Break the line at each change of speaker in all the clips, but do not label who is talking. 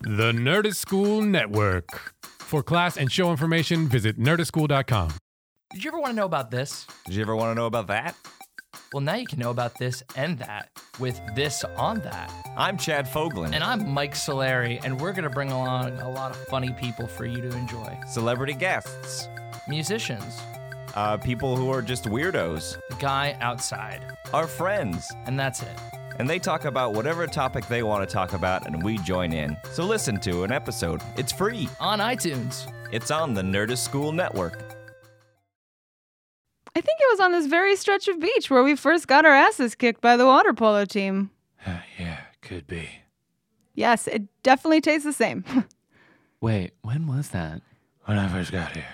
The Nerdist School Network. For class and show information, visit nerdistschool.com.
Did you ever want to know about this?
Did you ever want to know about that?
Well, now you can know about this and that with This on That.
I'm Chad Foglin.
And I'm Mike Solari, and we're going to bring along a lot of funny people for you to enjoy
Celebrity guests,
musicians,
uh, people who are just weirdos,
the guy outside,
our friends,
and that's it.
and they talk about whatever topic they want to talk about, and we join in. So listen to an episode. It's free.
On iTunes.
It's on the Nerdist School Network.
I think it was on this very stretch of beach where we first got our asses kicked by the water polo team.
Uh,
yeah, could be.
Yes, it definitely tastes the same.
Wait, when was that?
When I first got here.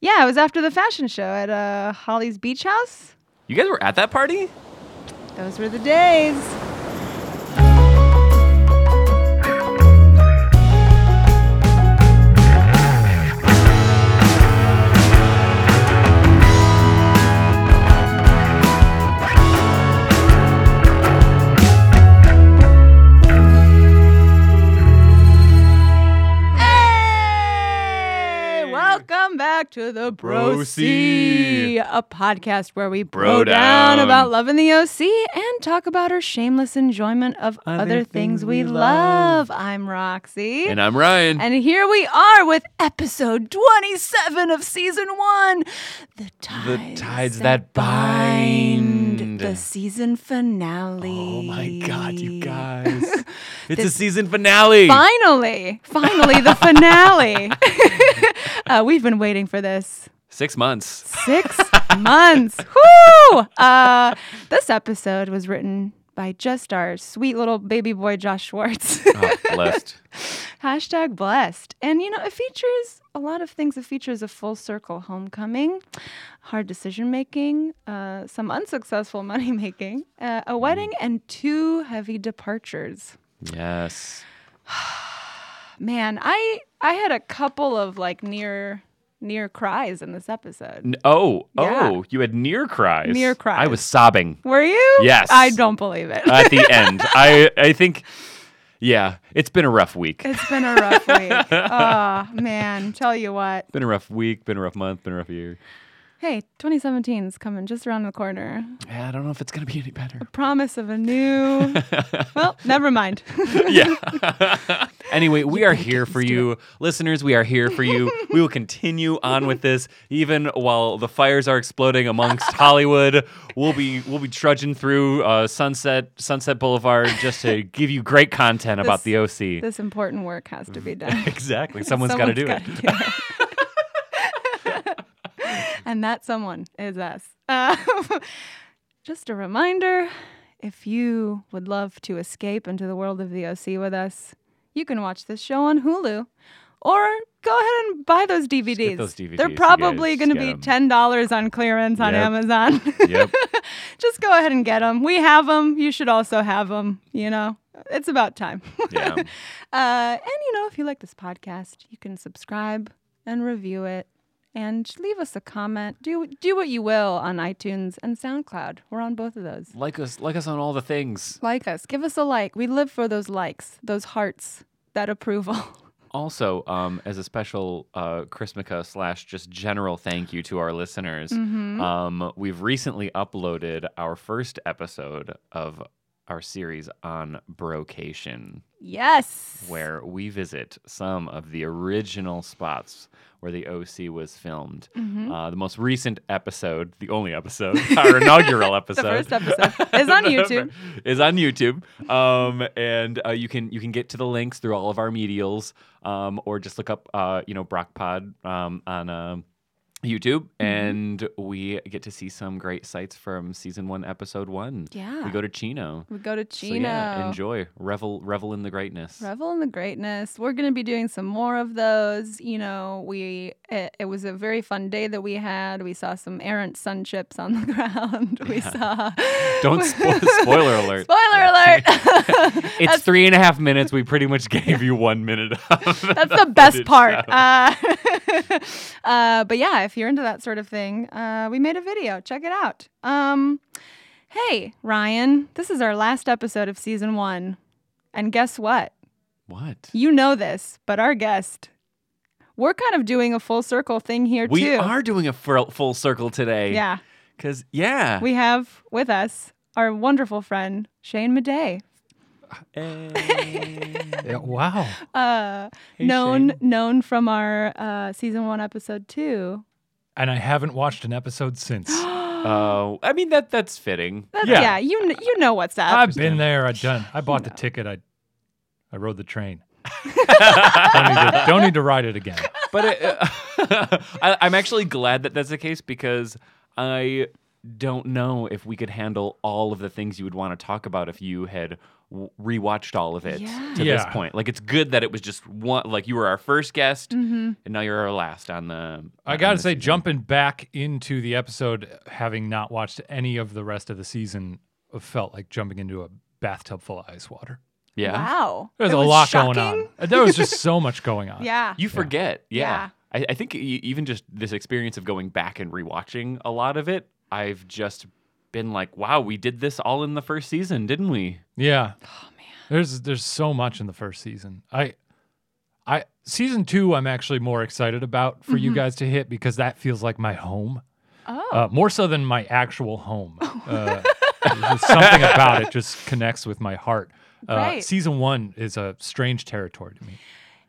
yeah, it was after the fashion show at uh, Holly's Beach House.
You guys were at that party?
Those were the days. Hey! Welcome back to the Bro C, a podcast where we bro, down. about love in the OC and talk about our shameless enjoyment of other, things, we love. I'm Roxy.
And I'm Ryan.
And here we are with episode 27 of season one The Tides,
Tides That Bind.
The season finale.
oh my god, you guys. it's a season finale.
Finally, finally, the finale. uh, we've been waiting for this
Six months.
six months. Whoo! Uh, this episode was written by just our sweet little baby boy, Josh Schwartz.
Oh, blessed.
Hashtag blessed. And you know, it features a lot of things. It features a full circle homecoming, hard decision making, uh, some unsuccessful money making, uh, a wedding, and two heavy departures.
Yes.
Man, I I had a couple of like near near cries in this episode.
N- Oh,
Yeah.
oh, you had near cries.
Near
I
cries.
was sobbing
Were you?
Yes.
I don't believe it.
at the end. I I think yeah, it's been a rough week.
It's been a rough week. Oh, man. Tell you what.
Been a rough week, been a rough month, been a rough year.
Hey, 2017 is coming just around the corner.
Yeah, I don't know if it's gonna be any better.
Promise of a new. well, never mind.
yeah. anyway, we are here for you, listeners. We are here for you. We will continue on with this, even while the fires are exploding amongst Hollywood. We'll be we'll be trudging through uh, Sunset Sunset Boulevard just to give you great content about the OC.
this important work has to be done.
exactly. Someone's got to do it.
gotta do it. and that someone is us. Uh, just a reminder if you would love to escape into the world of the OC with us, you can watch this show on Hulu. Or go ahead and buy those DVDs.
those
They're
DVDs, you
probably
guys.
going to
Get
be
'em.
ten dollars on clearance on
Yep.
Amazon.
Yep.
Just go ahead and get them. We have them. You should also have them. You know, it's about time.
Yeah.
Uh, and you know, if you like this podcast, you can subscribe and review it, and leave us a comment. Do do what you will on iTunes and SoundCloud. We're on both of those.
Like us, like us on all the things.
Like us, give us a like. We live for those likes, those hearts, that approval.
Also, um, as a special uh, Chrismica slash just general thank you to our listeners, um, we've recently uploaded our first episode of our series on Brocation,
Yes.
where we visit some of the original spots where the OC was filmed.
Mm-hmm.
Uh, the most recent episode, the only episode, our inaugural
The
episode,
first episode is on YouTube.
is on YouTube. Um, and uh, you can you can get to the links through all of our medials, um, or just look up uh, you know Brock Pod um, on uh, YouTube,
Mm-hmm.
and we get to see some great sights from season one, episode one.
Yeah.
we go to Chino.
We go to
So,
Chino.
yeah, enjoy, revel, revel in the greatness.
Revel in the greatness. We're going to be doing some more of those. You know, we it, it was a very fun day that we had. We saw some errant sun chips on the ground. We saw.
Don't spoil. spoiler alert.
Spoiler alert!
It's three and a half minutes. We pretty much gave you one minute of
That's the best part. Uh, uh, but yeah, if you're into that sort of thing, uh, we made a video. Check it out. Um, hey, Ryan, this is our last episode of season one. And guess what?
What?
You know this, but our guest, we're kind of doing a full circle thing here
We
too.
are doing a full, full circle today.
Yeah.
Because, yeah.
We have with us our wonderful friend, Shane Madej.
Yeah, wow.
Uh,
Hey,
known
Shane.
known from our uh, season one, episode two.
And I haven't watched an episode since.
Oh, I mean, that that's fitting.
That's, yeah.
Yeah.
you kn- you know what's up.
I've been there. I've done. I bought the ticket. I, I rode the train. don't, need to, don't need to ride it again.
but it, I, I'm actually glad that that's the case because I don't know if we could handle all of the things you would want to talk about if you had w- rewatched all of it
Yeah.
to this
Yeah.
point. Like it's good that it was just one. Like you were our first guest,
Mm-hmm.
and now you're our last on the.
I
on
gotta
the
say,
season.
jumping back into the episode, having not watched any of the rest of the season, uh, felt like jumping into a bathtub full of ice water.
Yeah,
Wow.
There's
It
a
was
lot
shocking.
going on. There was just so much going on.
Yeah.
you forget. Yeah,
Yeah.
I, I think e- even just this experience of going back and rewatching a lot of it, I've just been like, wow, we did this all in the first season, didn't we?
Yeah. Oh man. There's there's so much in the first season. I I season 2 I'm actually more excited about for you guys to hit because that feels like my home.
Oh.
Uh, more so than my actual home. Uh, there's just something about it just connects with my heart. Uh,
Right.
Season one is a strange territory to me.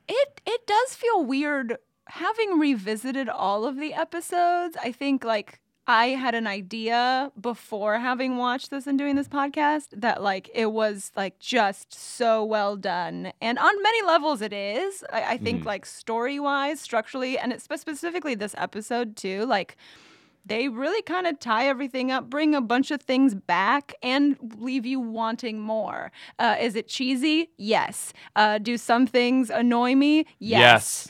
It it does feel weird having revisited all of the episodes. I think like I had an idea before having watched this and doing this podcast that like it was like just so well done. And on many levels it is. I, I think like story wise, structurally, and it's spe- specifically this episode too, like they really kind of tie everything up, bring a bunch of things back, and leave you wanting more. Uh, is it cheesy? Yes. Uh, do some things annoy me? Yes.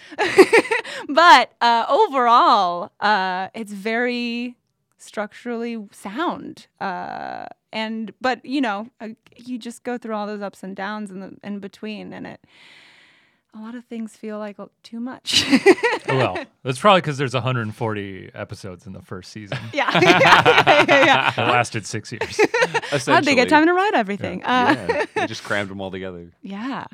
but uh, overall, uh, it's very structurally sound. Uh, and but you know, uh, you just go through all those ups and downs in the in between, and it a lot of things feel like uh, too much.
Oh, well, that's probably because there's 140 episodes in the first season.
yeah, yeah, yeah, yeah.
It lasted six years.
How'd they
Essentially.
get time to write everything? Uh, yeah.
yeah, they just crammed them all together.
yeah,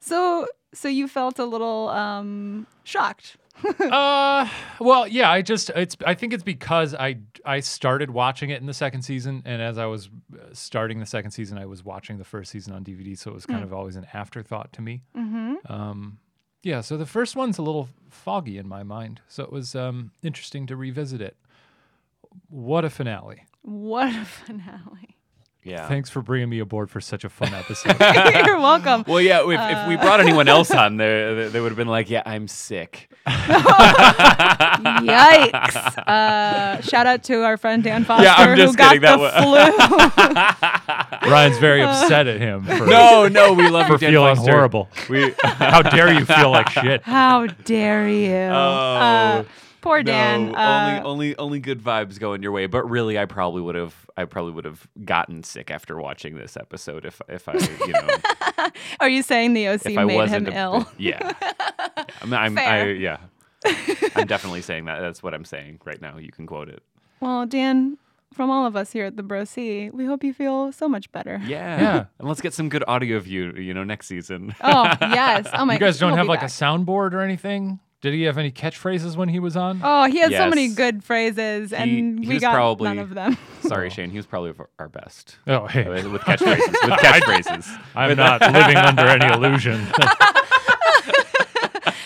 So, so you felt a little um, shocked.
Uh, well, yeah. I just it's. I think it's because I I started watching it in the second season, and as I was uh, starting the second season, I was watching the first season on DVD, so it was kind of always an afterthought to me.
Mm-hmm.
Um, yeah. So the first one's a little foggy in my mind, so it was um interesting to revisit it. What a finale!
What a finale!
Yeah.
Thanks for bringing me aboard for such a fun episode.
You're welcome.
Well, yeah. If, if we brought anyone else on there, they, they would have been like, "Yeah, I'm sick."
Yikes! Uh, shout out to our friend Dan Foster
Yeah, I'm
who
just
got
kidding. That
the flu.
Ryan's very upset at him for,
No, Oh, no, we love
for
you, Dan
feeling
Foster.
horrible.
We
How dare you feel like shit?
How dare you? Uh, poor Dan.
Oh, no,
uh,
only only only good vibes going your way. But really, I probably would have I probably would have gotten sick after watching this episode if if I you know
are you saying the OC
if I
made
wasn't
him
a-
ill?
Yeah, I'm, I'm I,
Fair.
yeah. I'm definitely saying that. That's what I'm saying right now. You can quote it.
Well, Dan, from all of us here at the Bro C, we hope you feel so much better.
Yeah.
Yeah.
And let's get some good audio of you, you know, next season.
Oh yes. Oh my.
You guys don't
he'll
have
be
like
back.
a soundboard or anything? Did he have any catchphrases when he was on?
Oh, he had so many
Yes.
good phrases, and
he
we
was
got
probably-
none of them.
Sorry, Shane. He was probably of our best
Oh, hey.
with with catchphrases. With catchphrases.
I'm not living under any illusion.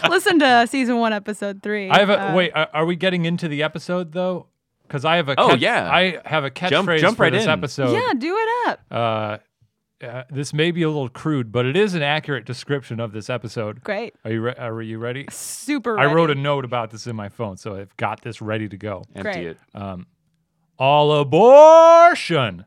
Listen to season one, episode three.
I have a
Uh,
wait. Are are we getting into the episode though? Because I have a
Oh,
catch-
yeah.
I have a catchphrase
Jump- jump
for
right
this
in.
episode.
yeah, do it up.
oh. Uh, uh, this may be a little crude, but it is an accurate description of this episode.
Great.
Are you re- are you ready?
Super.
I wrote a
ready.
note about this in my phone, so I've got this ready to go.
Empty
Great.
it.
All abortion.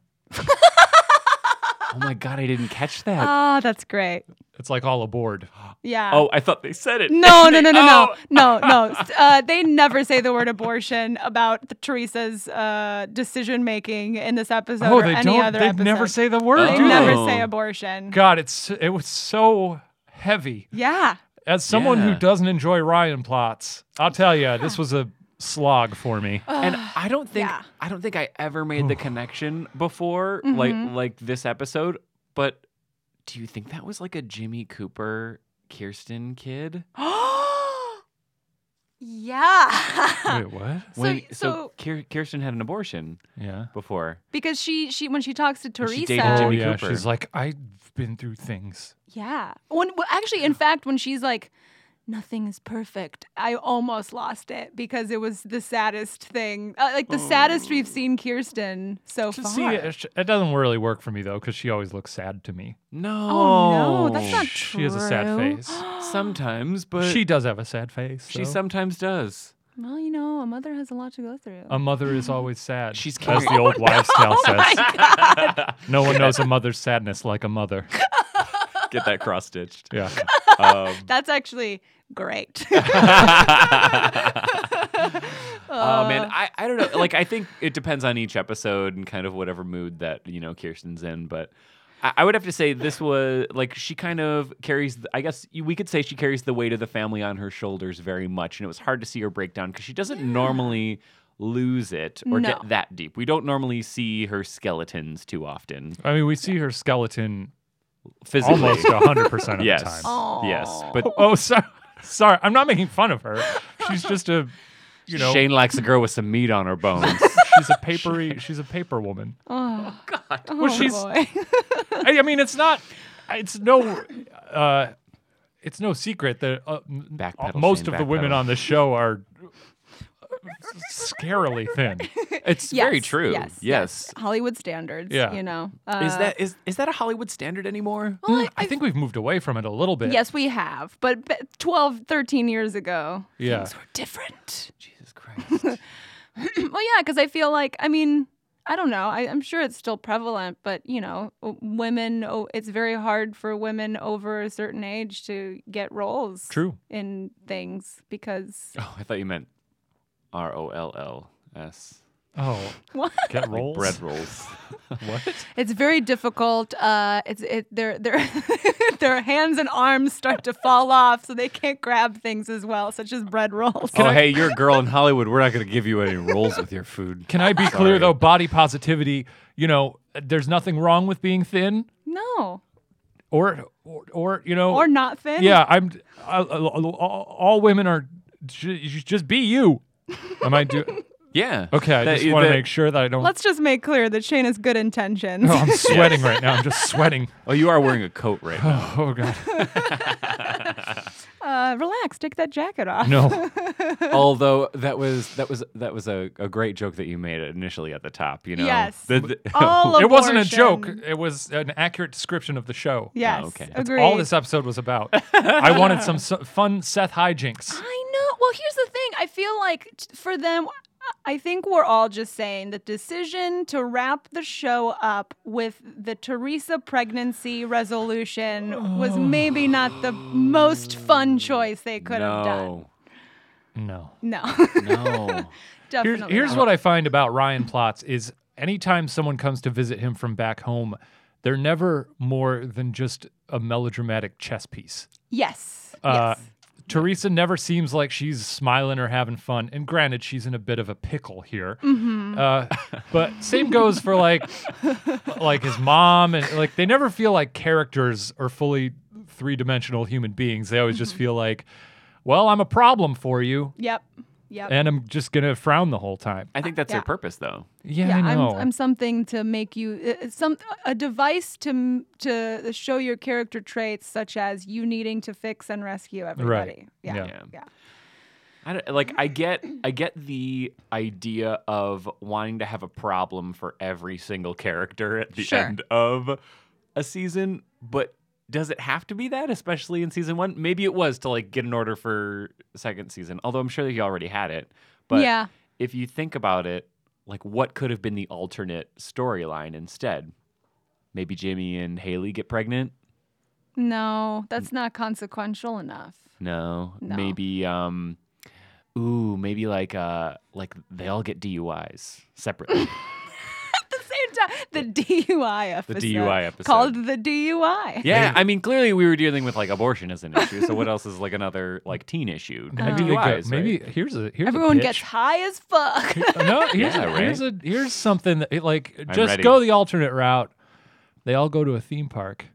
Oh my god, I didn't catch that.
Ah, that's great.
It's like all aboard.
Yeah.
oh, I thought they said it.
No, no, no, no, no,
Oh.
no, no. S- Uh, they never say the word abortion about the, Teresa's uh, decision making in this episode
Oh,
or
they
any
don't.
other
They
episode.
never say the word.
They
do
never
Oh.
say abortion.
God, it's it was so heavy.
Yeah.
As someone
Yeah.
who doesn't enjoy Ryan plots, I'll tell you, this was a slog for me.
And I don't think
yeah.
I don't
Mm-hmm.
think I ever made the connection before like like this episode, but Do you think that was like a Jimmy Cooper Kirsten kid?
yeah.
Wait, what?
So-
When-
so-
Kir- Kirsten had an abortion
Yeah.
before.
Because she she when she talks to
And she
Teresa,
dated
Oh
Jimmy
yeah,
Cooper.
she's like, I've been through things.
yeah. When well, actually, in fact, when she's like, "Nothing is perfect," I almost lost it because it was the saddest thing, uh, like the saddest we've seen Kirsten so
Oh. To
far.
see, it, sh- it doesn't really work for me though, because she always looks sad to me.
No.
Oh, no, that's not
She has a sad
true.
face.
Sometimes, but
she does have a sad face.
she
though.
sometimes does.
Well, you know, a mother has a lot to go through.
A mother is always sad.
She's Oh
as the old wives' tale says. No one knows a mother's sadness like a mother.
Get that cross stitched.
Yeah.
Um,
That's actually great.
oh
Uh,
man, I, I don't know. Like I think it depends on each episode and kind of whatever mood that you know Kirsten's in. But I, I would have to say this was like she kind of carries. The, I guess you- we could say she carries the weight of the family on her shoulders very much, and it was hard to see her break down because she doesn't normally lose it or
No.
get that deep. We don't normally see her skeletons too often.
I mean, we see her skeleton
Physically,
almost 100% of
yes,
the time.
yes,
Aw.
but.
Oh, sorry. Sorry, I'm not making fun of her. She's just a, you know,
Shane likes a girl with some meat on her bones.
she's a papery, she's a paper woman.
oh, God. Oh,
she's-
boy.
I, I mean, it's not, it's no, uh, it's no secret that uh, m-
Backpedal,
most
Shane,
of the women
backpedal.
on the show are uh, scarily thin.
It's very true.
Yes,
yes.
Hollywood standards.
Yeah.
You know. Uh,
is that is is that a Hollywood standard anymore?
Well, I-
Hmm, Mm, I, think we've moved away from it a little bit.
Yes, we have. But b- 12, 13 years ago,
Yeah.
things were different.
Jesus Christ.
well, yeah, because I feel like, I mean, I don't know. I, I'm sure it's still prevalent, but, you know, w- women, o- it's very hard for women over a certain age to get roles
True.
in things because.
oh, I thought you meant R O L L S.
Oh,
What?
get rolls.
Bread rolls.
What?
It's very difficult. Uh, it's it their their their hands and arms start to fall off, so they can't grab things as well, such as bread rolls.
oh, hey, you're a girl in Hollywood. We're not going to give you any rolls with your food.
Can I be
Sorry.
clear though? Body positivity. You know, there's nothing wrong with being thin,
No,
or or, or you know,
or not thin.
yeah. I'm. I, I- all, all women are. ju- you Just be you. Am I do?
Yeah.
Okay, I
That-
just want to
that-
make sure that I don't.
Let's just make clear that Shane has good intentions.
No, I'm sweating right now. I'm just sweating.
Oh, you are wearing a coat right now.
Oh god,
Uh, relax, take that jacket off.
no.
Although that was that was that was a, a great joke that you made initially at the top. You know.
Yes. Oh,
The- the-
All
It wasn't a joke.
abortion.
It was an accurate description of the show.
Yes,
okay. That's
agreed.
Oh, All this episode was about. I wanted some s- fun Seth hijinks.
I know. Well, here's the thing. I feel like t- for them, I think we're all just saying the decision to wrap the show up with the Teresa pregnancy resolution
Oh.
was maybe not the most fun choice they could have done.
no.
No.
No,
No.
Here's,
definitely.
here's
not.
what I find about Ryan Plotz is anytime someone comes to visit him from back home, they're never more than just a melodramatic chess piece.
Yes.
Uh,
yes.
Teresa never seems like she's smiling or having fun. And granted, she's in a bit of a pickle here.
Mm-hmm.
Uh, but same goes for like, like his mom and like they never feel like characters or fully three dimensional human beings. They always
Mm-hmm.
just feel like, well, I'm a problem for you,
Yep. Yep.
and I'm just gonna frown the whole time.
I think that's
Yeah.
their purpose, though.
Yeah,
yeah,
I
I'm,
know.
I'm something to make you uh, some a device to m- to show your character traits, such as you needing to fix and rescue everybody. Yeah.
Yeah.
Yeah.
Yeah.
I don't, like I get I get the idea of wanting to have a problem for every single character at the
Sure.
end of a season, but does it have to be that, especially in season one? Maybe it was to like get an order for second season, although I'm sure that you already had it. But
Yeah.
if you think about it, like what could have been the alternate storyline instead? Maybe Jamie and Haley get pregnant?
No, that's not consequential enough.
No.
No.
Maybe um ooh, maybe like uh like they all get DUIs separately.
At the same time, the DUI episode.
DUI episode.
Called the DUI.
yeah, I mean clearly we were dealing with like abortion as an issue, so what else is like another like teen issue?
Maybe they got-
DUIs,
maybe
right?
here's a here's
Everyone
a
gets
pitch.
high as fuck.
no, here's,
Yeah,
a,
right?
here's, a, here's something that it, like just
ready.
go the alternate route. They all go to a theme park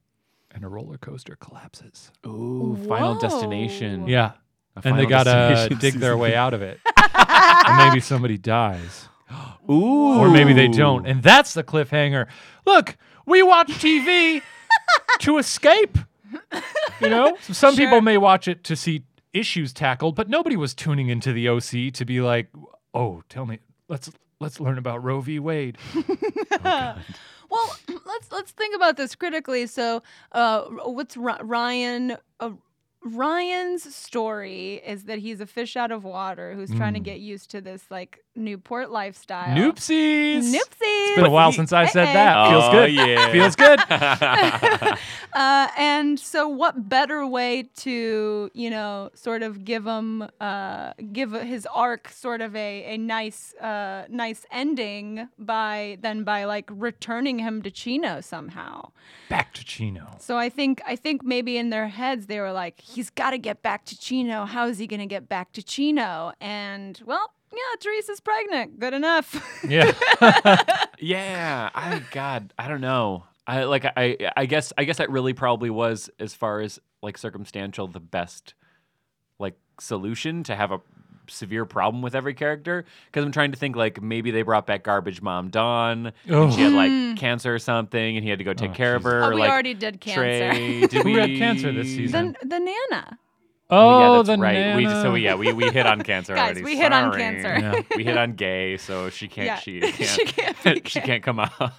and a roller coaster collapses.
Ooh, Final
Whoa.
Destination.
Yeah.
A
and they
Final
gotta
Destination
dig their
season.
way out of it. and maybe somebody dies.
Ooh.
Or maybe they don't. And that's the cliffhanger. Look, we watch TV to escape. You know? So some people may watch it to see issues tackled, but nobody was tuning into the OC to be like, "Oh, tell me, let's let's learn about Roe v. Wade."
Well, let's let's think about this critically. So, uh, r- what's Ri- Ryan? Uh, Ryan's story is that he's a fish out of water who's trying to
Mm.
get used to this like Newport lifestyle.
Noopsies.
Noopsies.
It's been a while
he-
since I said
Hey.
that. Feels
Oh,
good.
yeah.
Feels good.
Uh, and so, what better way to you know sort of give him uh, give his arc sort of a a nice uh, nice ending by than by like returning him to Chino somehow.
Back to Chino.
So I think I think maybe in their heads they were like, he's got to get back to Chino. How is he going to get back to Chino? And well, yeah, Teresa's pregnant. Good enough.
Yeah.
Yeah, I God, I don't know. I like I I guess I guess that really probably was as far as like circumstantial the best like solution to have a severe problem with every character because I'm trying to think like maybe they brought back garbage mom Dawn and she had like cancer or something and he had to go take
Oh,
care of her
Hmm. oh,
or,
we
like
already did cancer.
Trey did
Who had
we-
cancer this season?
the, the nana.
Oh,
Oh,
yeah, that's
the
right. We
nana.
just, so yeah, we, we hit on cancer
Guys,
already.
we hit on
Sorry.
cancer.
Yeah.
we hit on gay, so she can't.
Yeah.
She
She
can't.
can't be
she
gay.
can't come on.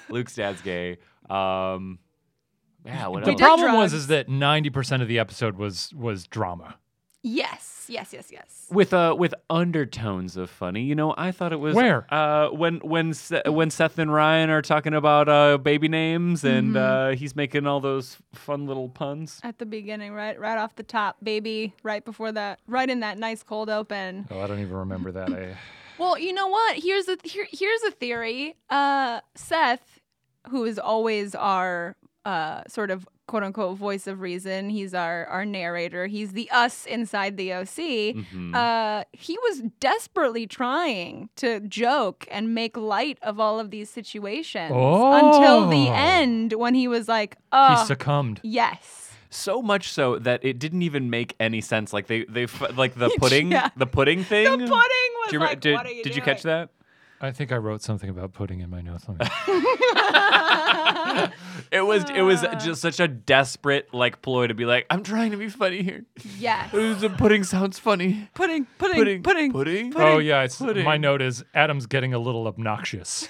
Luke's dad's gay. Um, yeah. What
The
did
else?
problem was
drugs.
is that ninety percent of the episode was was drama.
Yes, yes, yes, yes.
with uh with undertones of funny. You know, I thought it was
Where?
uh when when Se- when Seth and Ryan are talking about uh baby names
Mm-hmm.
and uh he's making all those fun little puns.
At the beginning, right, right off the top, baby. Right before that, right in that nice cold open.
Oh, I don't even remember that. I,
Well, you know what? Here's a here, here's a theory. Uh, Seth, who is always our uh, sort of quote unquote voice of reason, he's our our narrator. He's the us inside the OC.
Mhm.
Uh, he was desperately trying to joke and make light of all of these situations until the
Oh.
end when he was like,
he
"Oh,
succumbed.
yes."
So much so that it didn't even make any sense. Like they they f- like the pudding
Yeah.
the pudding thing.
The pudding was
Do you remember-
like,
did,
"What are you
did you catch that?
I think I wrote something about putting in my notes. On
that?"
It was it was just such a desperate like ploy to be like I'm trying to be funny here.
yes.
The pudding sounds funny.
Pudding,
Pudding
pudding, pudding,
pudding.
oh yeah, it's,
pudding.
my note is Adam's getting a little obnoxious.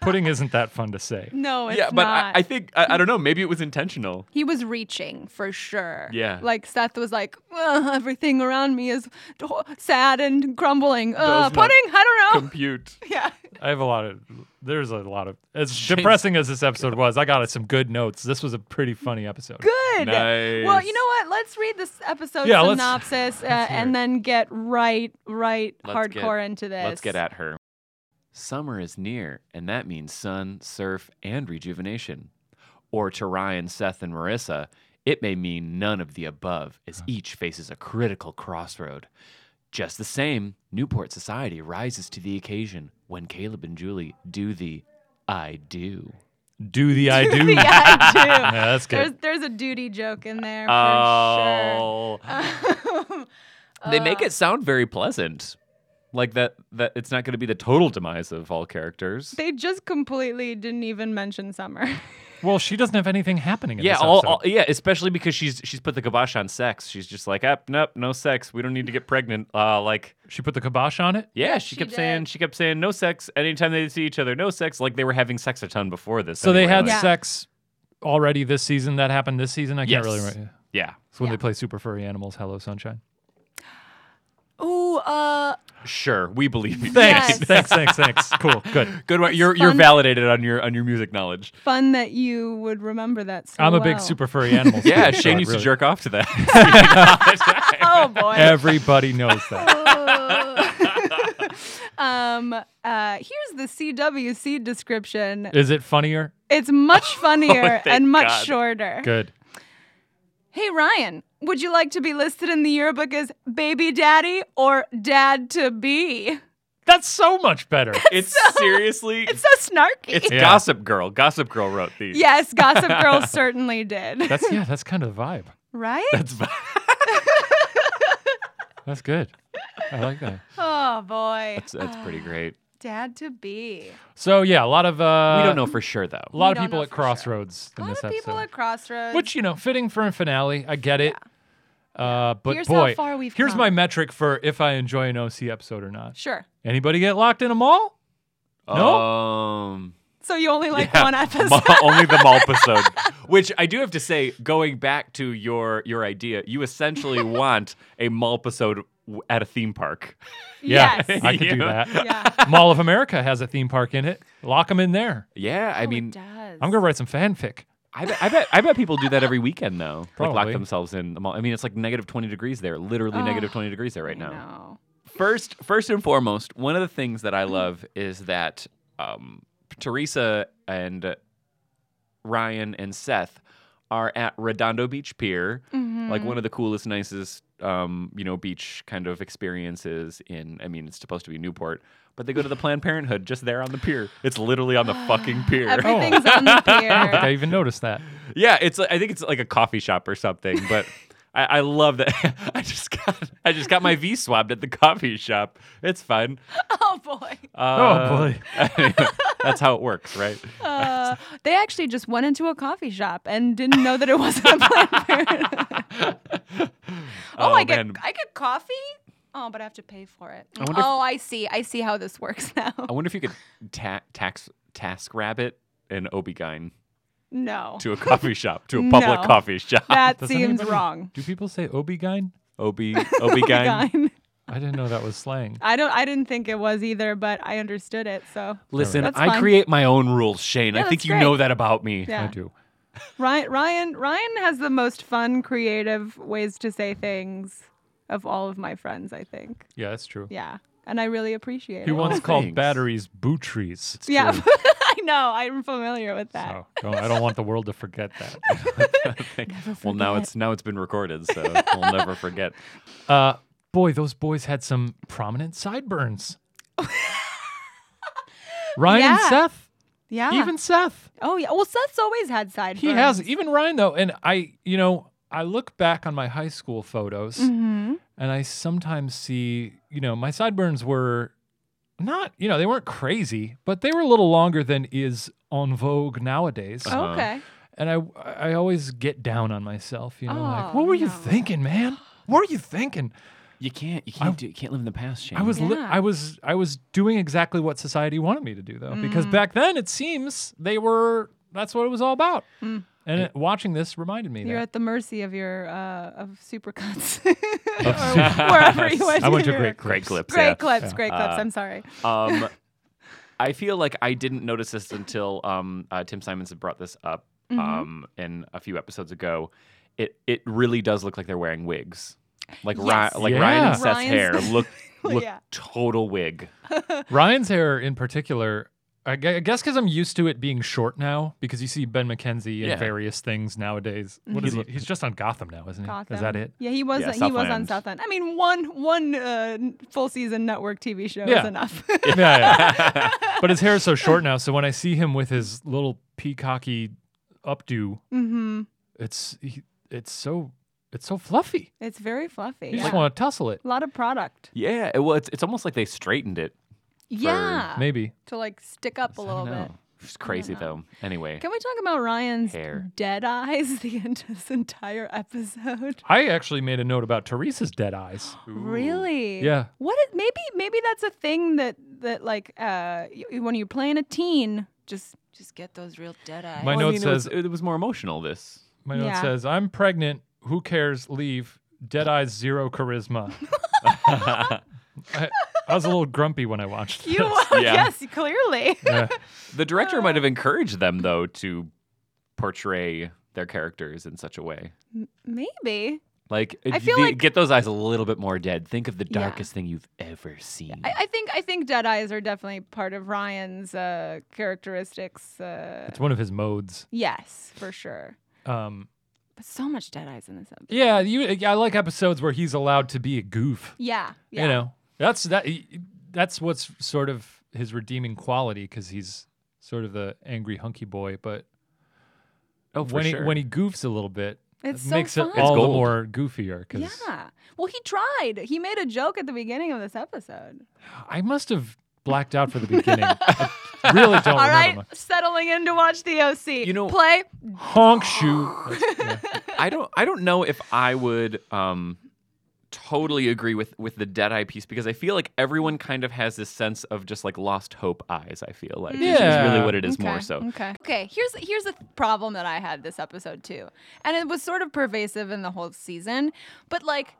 Pudding isn't that fun to say.
No, it's
yeah, but
not.
I, I think I, I don't know. Maybe it was intentional.
he was reaching for sure.
Yeah.
Like Seth was like, "Ugh, everything around me is d- sad and crumbling. Uh,
Does not
pudding? I don't know.
Compute.
yeah.
I have a lot of. There's a lot of. As depressing as this episode was, I got some good notes. This was a pretty funny episode.
Good. Well,
Nice.
you know what? Let's read this episode
Yeah, let's-
synopsis uh,
let's hear
and
it.
then get right, right
Let's get-
hardcore into this.
Let's get at her. Summer is near, and that means sun, surf, and rejuvenation. Or to Ryan, Seth, and Marissa, it may mean none of the above, as each faces a critical crossroad. Just the same, Newport society rises to the occasion when Caleb and Julie do the I do.
Do the I do.
yeah, I do.
Yeah, that's good.
There's, there's a duty joke in there for
Oh.
sure.
Oh. they make it sound very pleasant. Like that, that it's not going to be the total demise of all characters.
they just completely didn't even mention summer.
well, she doesn't have anything happening. In
yeah,
this
all,
episode.
all, yeah, especially because she's she's put the kibosh on sex. She's just like, up, nope, no sex. We don't need to get pregnant. Uh, like,
she put the kibosh on it.
yeah, she,
she
kept
did.
saying she kept saying no sex. Anytime they see each other, no sex. Like they were having sex a ton before this.
So they
anyway,
had
like-
Yeah.
sex already this season. That happened this season. I can't really
Yes.
remember.
yeah.
It's when they play Super Furry Animals, Hello Sunshine.
Ooh, uh,
Sure, we believe you.
Thanks. Yes.
Thanks, thanks, thanks. Cool, good.
Good one. You're you're validated on your on your music knowledge.
fun that you would remember that. So
I'm a big
well.
Super Furry Animals.
Yeah,
fan, so
Shane
it
used
really-
to jerk off to that.
Oh boy.
Everybody knows that.
um, uh, here's the CW seed description.
Is it funnier?
It's much funnier
thank
and much
God.
shorter.
Oh Good.
Hey Ryan, would you like to be listed in the yearbook as baby daddy or dad to be?
That's so much better.
It's seriously.
It's so snarky.
It's
Yeah.
Gossip Girl. Gossip Girl wrote these.
yes, Gossip Girl certainly did.
That's yeah, that's kind of the vibe.
right?
That's vi-
That's good. I like that.
oh boy.
that's, that's pretty great.
Dad to be.
So yeah, a lot of uh,
we don't know for sure though.
A lot
We
of
don't
people
know
at
for sure.
crossroads
A
in
lot
this
of people
episode,
at crossroads.
which you know, fitting for a finale. I get it. Uh, but
Here's how
boy,
far we've
here's
come.
my metric for if I enjoy an OC episode or not.
sure.
Anybody get locked in a mall? No?
Um,
So you only like
Yeah.
one episode.
Ma- only the mall episode. Which I do have to say, going back to your your idea, you essentially want a mall episode w- at a theme park.
Yeah,
Yes.
I could do
Yeah.
that.
yeah.
Mall of America has a theme park in it. Lock them in there.
Yeah, I
Oh, it
mean,
does.
I'm gonna write some fanfic.
I bet, I bet I bet people do that every weekend though. Like
Probably.
lock themselves in the mall. I mean, it's like negative twenty degrees there. Literally
Ugh,
negative twenty degrees there right
I
now.
know.
First, first and foremost, one of the things that I love is that um, Teresa and Ryan and Seth are at Redondo Beach Pier, like one of the coolest, nicest, um, you know, beach kind of experiences in. I mean, it's supposed to be Newport, but they go to the Planned Parenthood just there on the pier. It's literally on the fucking pier.
Everything's on the
I don't think
pier.
I even noticed that.
Yeah, it's. I think it's like a coffee shop or something. But I, I love that. I just got. I just got my V swabbed at the coffee shop. It's fun.
oh boy.
Uh,
boy.
that's how it works, right?
Uh, they actually just went into a coffee shop and didn't know that it wasn't a Planned Parenthood. oh, I get
man.
I get coffee. Oh, but I have to pay for it.
wonder if-
oh, I see. I see how this works now.
I wonder if you could ta- tax task rabbit an obigine
No,
to a coffee shop to a public
No.
coffee shop.
that
Does
seems
anybody-
wrong.
Do people say obigine?
Obi obigine.
Fine.
I didn't know that was slang.
I don't. I didn't think it was either, but I understood it. So
Listen,
That's
I
fine.
create my own rules, Shane. I
Yeah,
think
that's
you know
great.
that about me.
yeah.
I do.
Ryan, Ryan, Ryan has the most fun, creative ways to say things of all of my friends. I think.
Yeah, that's true.
Yeah, and I really appreciate
He
it.
once
Oh,
called
thanks.
batteries boo trees.
yeah, I know. I'm familiar with that.
So don't, I don't want the world to forget that.
Well, now it's now it's been recorded, so we'll never forget.
Uh, boy, those boys had some prominent sideburns. Ryan and
Yeah.
Seth,
Yeah.
even Seth,
oh yeah. Well, Seth's always had sideburns.
he has even Ryan though. And I, you know, I look back on my high school photos,
hmm
and I sometimes see, you know, my sideburns were not, you know, they weren't crazy, but they were a little longer than is en vogue nowadays.
Uh-huh.
Oh, Okay.
and I I always get down on myself, you know, like
Oh,
what were you
no.
thinking, man? What were you thinking?
You can't. You
I-
can't. do, you can't live in the past, Shane.
I was li-
Yeah.
I was I was doing exactly what society wanted me to do though,
Mm.
because back then it seems they were that's what it was all about. And it, watching this reminded me
Mm. You're
that
at the mercy of your uh, of supercuts.
super-
or wherever you went.
Oh, I went to
your-
great
great clips.
Great
yeah.
clips, great clips.
Uh,
I'm sorry.
Um, I feel like I didn't notice this until um, uh, Tim Simons had brought this up
Mm-hmm.
um, in a few episodes ago. It it really does look like they're wearing wigs. Like Ri-
Yes.
like
Yeah.
Ryan and Seth's
Ryan's- Oh,
hair look look
Yeah.
total wig.
Ryan's hair in particular. I gue- I guess because I'm used to it being short now, because you see Ben McKenzie in
Yeah.
various things nowadays. What is he? He's just on Gotham now, isn't he?
Mm-hmm. Gotham.
Is that it?
Yeah, he was.
Yeah,
he was on
Southland.
Southland. I mean, one one uh, full season network TV show
Yeah.
is enough.
yeah, yeah. But his hair is so short now, so when I see him with his little peacocky updo,
hmm
it's he, it's so it's so fluffy.
It's very fluffy.
You just
yeah.
want to tussle it,
a lot of product.
Yeah, it- well, it's it's almost like they straightened it.
Yeah,
maybe.
to like stick up a
I don't
little bit.
know. It's crazy though. Anyway,
Can we talk about Ryan's
Hair.
dead eyes the end this entire episode?
I actually made a note about Teresa's dead eyes.
Really?
Yeah.
What? It, maybe maybe that's a thing that that like uh y- when you're playing a teen, just just get those real dead eyes.
My
Well, I
note
mean,
says
it was, it was more emotional. This.
my note
Yeah.
says I'm pregnant. Who cares? Leave. Dead eyes zero charisma. I, I was a little grumpy when I watched.
you
this.
are,
Yeah.
yes, clearly.
Yeah.
The director
Uh.
might have encouraged them though to portray their characters in such a way.
Maybe.
Like,
I
if
feel
the-
like-
get those eyes a little bit more dead. Think of the
Yeah.
darkest thing you've ever seen.
I, I think I think dead eyes are definitely part of Ryan's uh characteristics. Uh
It's one of his modes.
yes, for sure.
Um,
But so much dead eyes in this episode.
yeah, you. I like episodes where he's allowed to be a goof.
Yeah. Yeah.
You know, that's that. that's what's sort of his redeeming quality because he's sort of the angry hunky boy. But
Oh, for
when
sure.
he when he goofs a little bit,
It's
it
so
makes
fun.
it all the
gold.
more goofier. 'cause
yeah. Well, he tried. He made a joke at the beginning of this episode.
I must have blacked out for the beginning. I really
Oh,
don't
All
remember.
right,
much.
settling in to watch the OC.
You know-
play.
Honk shoot. That's- yeah.
I don't I don't know if I would um totally agree with with the Deadeye piece because I feel like everyone kind of has this sense of just like lost hope eyes. I feel like is- is really
Yeah.
what it is
okay,
more so.
Okay. Okay. Here's here's a th- problem that I had this episode too, and it was sort of pervasive in the whole season. But like,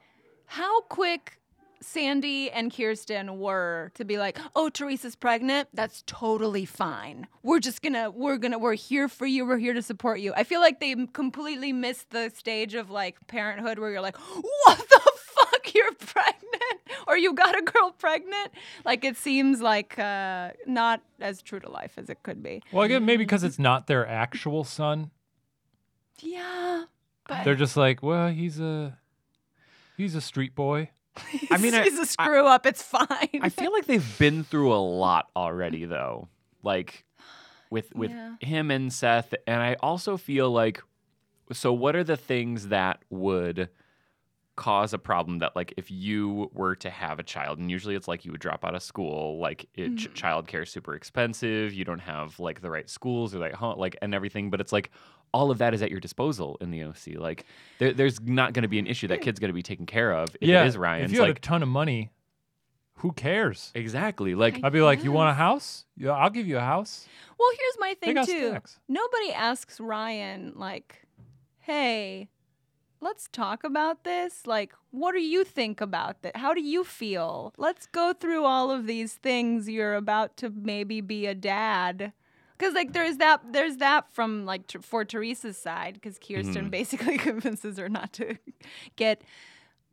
how quick Sandy and Kirsten were to be like, "Oh, Teresa's pregnant. That's totally fine. We're just gonna we're gonna we're here for you. We're here to support you." I feel like they m- completely missed the stage of like parenthood where you're like, "What the." Fuck, you're pregnant, or you got a girl pregnant. Like it seems like uh, not as true to life as it could be.
Well, again, maybe because it's not their actual son.
Yeah. But
They're just like, well, he's a he's a street boy.
I mean, I-
he's a screw up. It's fine.
I feel like they've been through a lot already though. Like with with
Yeah.
him and Seth and I also feel like so what are the things that would cause a problem that like if you were to have a child and usually it's like you would drop out of school like it, ch- childcare is super expensive you don't have like the right schools or like huh, like and everything but it's like all of that is at your disposal in the OC like there, there's not going to be an issue that kid's going to be taken care of if it is Ryan's
If you had
like
a ton of money, who cares?
exactly like
I'd be like, you want a house? Yeah, I'll give you a house.
Well, here's my
They
thing
got
too.
stacks.
Nobody asks Ryan like, "Hey, let's talk about this. Like, what do you think about that? How do you feel? Let's go through all of these things you're about to maybe be a dad." Cause like there's that there's that from like tr- for Teresa's side because
Mm-hmm.
Kirsten basically convinces her not to get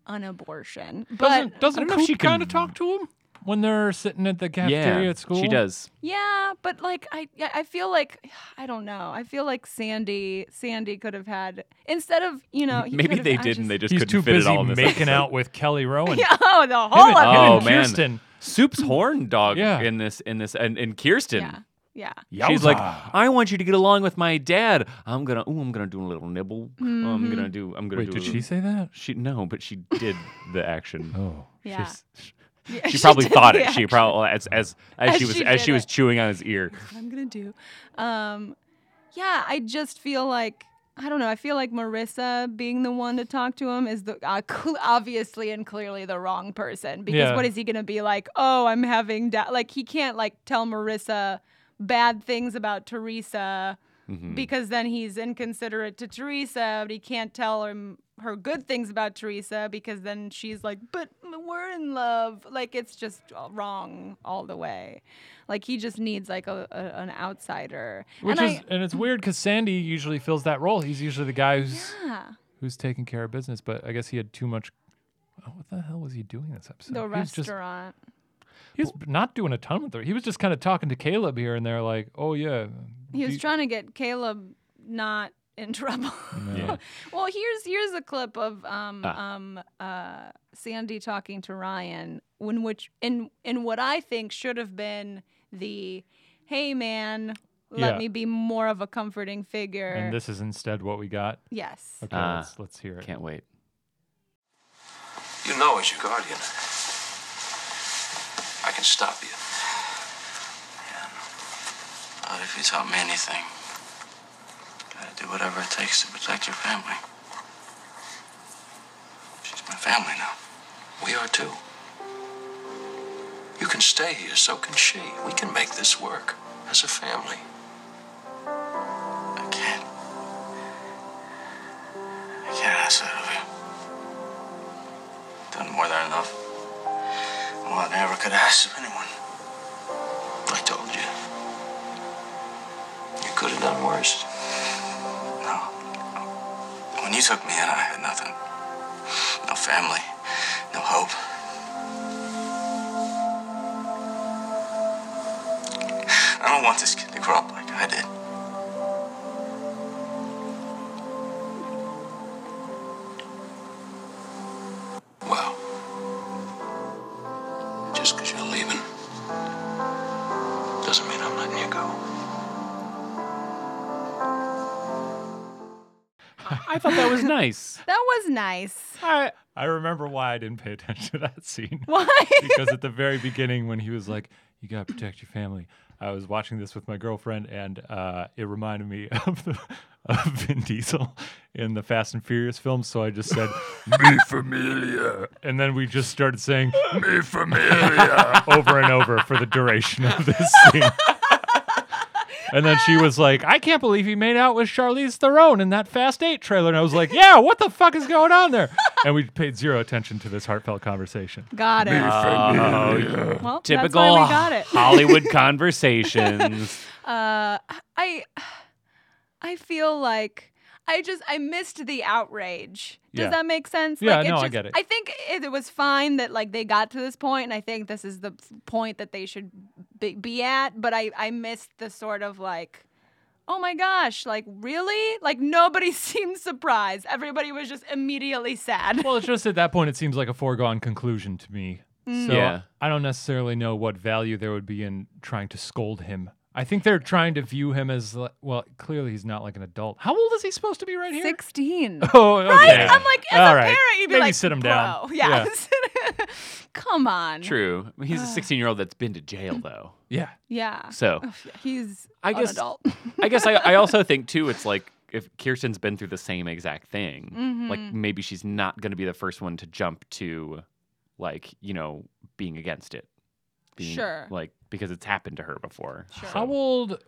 an abortion. But
doesn't doesn't
know if
Coop
she can-
kind of talk to him when they're sitting at the cafeteria
yeah
at school?
she does
Yeah, but like I yeah, I feel like I don't know. I feel like Sandy Sandy could have had instead of, you know, he
maybe
could have-
they
I
didn't they just
He's
couldn't
too
fit
busy
it all in this
making
episode.
out with Kelly Rowan.
Yeah, oh, the
Him
whole
and, him
Oh,
and
man.
Kirsten.
Soup's horn dog
Yeah.
in this in this and, and Kirsten
Yeah. Yeah.
She's like, I want you to get along with my dad. I'm gonna, ooh, I'm gonna do a little nibble. Um, I'm
Mm-hmm.
gonna do, I'm gonna do.
Wait,
a
did she
little-
say that?
She no, but she did the action.
Oh.
Yeah.
She's-
Yeah,
she probably
did
thought
the
it. She
action.
probably as as as,
As
she was
she
as
did
she was
it.
chewing on his ear.
what I'm gonna do. Um, yeah, I just feel like I don't know. I feel like Marissa being the one to talk to him is the uh, cl- obviously and clearly the wrong person because
Yeah.
what is he gonna be like? Oh, I'm having da-. like he can't like tell Marissa bad things about Teresa because then he's inconsiderate to Teresa, but he can't tell him her good things about Teresa because then she's like, but we're in love. Like it's just wrong all the way. Like he just needs like a, a an outsider.
Which
and
is and it's weird because Sandy usually fills that role. He's usually the guy who's
I, yeah,
who's taking care of business, but I guess he had too much. Oh, what the hell was he doing this episode?
the
he was just
restaurant.
he was not doing a ton with her. He was just kind of talking to Caleb here and there, like, "Oh yeah,
he was
do-
trying to get Caleb not in trouble.
Yeah. Ah.
well, here's here's a clip of um um uh Sandy talking to Ryan when which in in what I think should have been the hey man let
Yeah.
me be more of a comforting figure.
And this is instead what we got.
yes.
Okay,
Ah.
let's let's hear it.
Can't wait.
You know as your guardian. I can stop you. Not if you taught me anything. Gotta do whatever it takes to protect your family. She's my family now. We are too. You can stay here, so can she. We can make this work as a family. I can't. I can't ask that of you done more than enough. Well, I never could ask of anyone. I told you. You could have done worse. No. When you took me in, I had nothing. No family, no hope. I don't want this kid to grow up like I did. Well, just because you're leaving
I thought that was nice.
That was nice.
I I remember why I didn't pay attention to that scene.
Why?
because at the very beginning when he was like you got to protect your family i was watching this with my girlfriend and uh, it reminded me of, the, of vin diesel in the fast and furious film so i just said me familia and then we just started saying me familia over and over for the duration of this scene And then she was like, I can't believe he made out with Charlize Theron in that Fast 8 trailer. And I was like, yeah, what the fuck is going on there? And we paid zero attention to this heartfelt conversation.
Got it.
Oh,
well, That's
Typical
why we got it.
Hollywood conversations.
Uh, I, I feel like I just I missed the outrage. Does
Yeah.
that make sense?
Yeah,
like,
no, I
just,
get it.
I think it, it was fine that like they got to this point, and I think this is the point that they should be, be at. But I I missed the sort of like. Oh my gosh, like really? Like nobody seemed surprised. Everybody was just immediately sad.
Well, it's just at that point, it seems like a foregone conclusion to me.
Mm.
So
Yeah.
I don't necessarily know what value there would be in trying to scold him. I think they're trying to view him as like, well, clearly he's not like an adult. How old is he supposed to be right here?
16.
Oh, okay.
Right? I'm like, as
All
a
right.
parent, you'd be
Maybe
like,
sit him
Bro.
down.
Yeah. Come on.
True. I mean, He's a 16 year old that's been to jail, though.
Yeah.
Yeah.
So
He's
Oh. I guess-
an adult.
I guess I, I also think, too, it's like if Kirsten's been through the same exact thing, like
Mm-hmm.
maybe she's not going to be the first one to jump to, like, you know, being against it.
Sure.
Like, because it's happened to her before. Sure.
How old?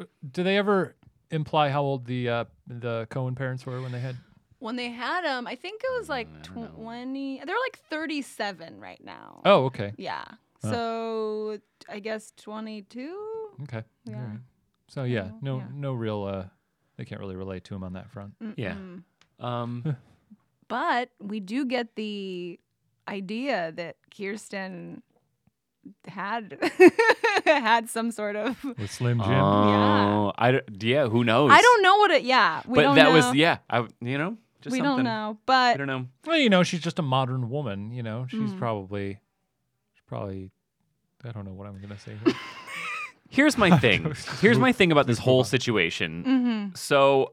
uh, Do they ever imply how old the uh, the Cohen parents were when they had?
when they had him, I think it was like 20. They're like 37 right now.
Oh, okay.
Yeah.
Huh.
So I guess 22?
Okay.
Yeah.
All right. So yeah,
So,
no,
yeah. Mm.
no real. Uh, they can't really relate to him on that front.
Yeah.
Mm-mm.
Um,
But we do get the idea that Kirsten had had some sort of
With Slim
Um,
Jim.
oh, I don't- yeah, who knows?
I don't know what it yeah, we
Oh, but
don't
that
know.
was, yeah, I, you know, just
we
something.
don't know, but
I don't know.
Well, you know, she's just a modern woman. You know, she's
Mhm.
probably, she's probably, I don't know what I'm gonna say. Here.
Here's my thing.
Just
Here's
move-
my thing about this
move
whole
on.
situation.
Mhm.
So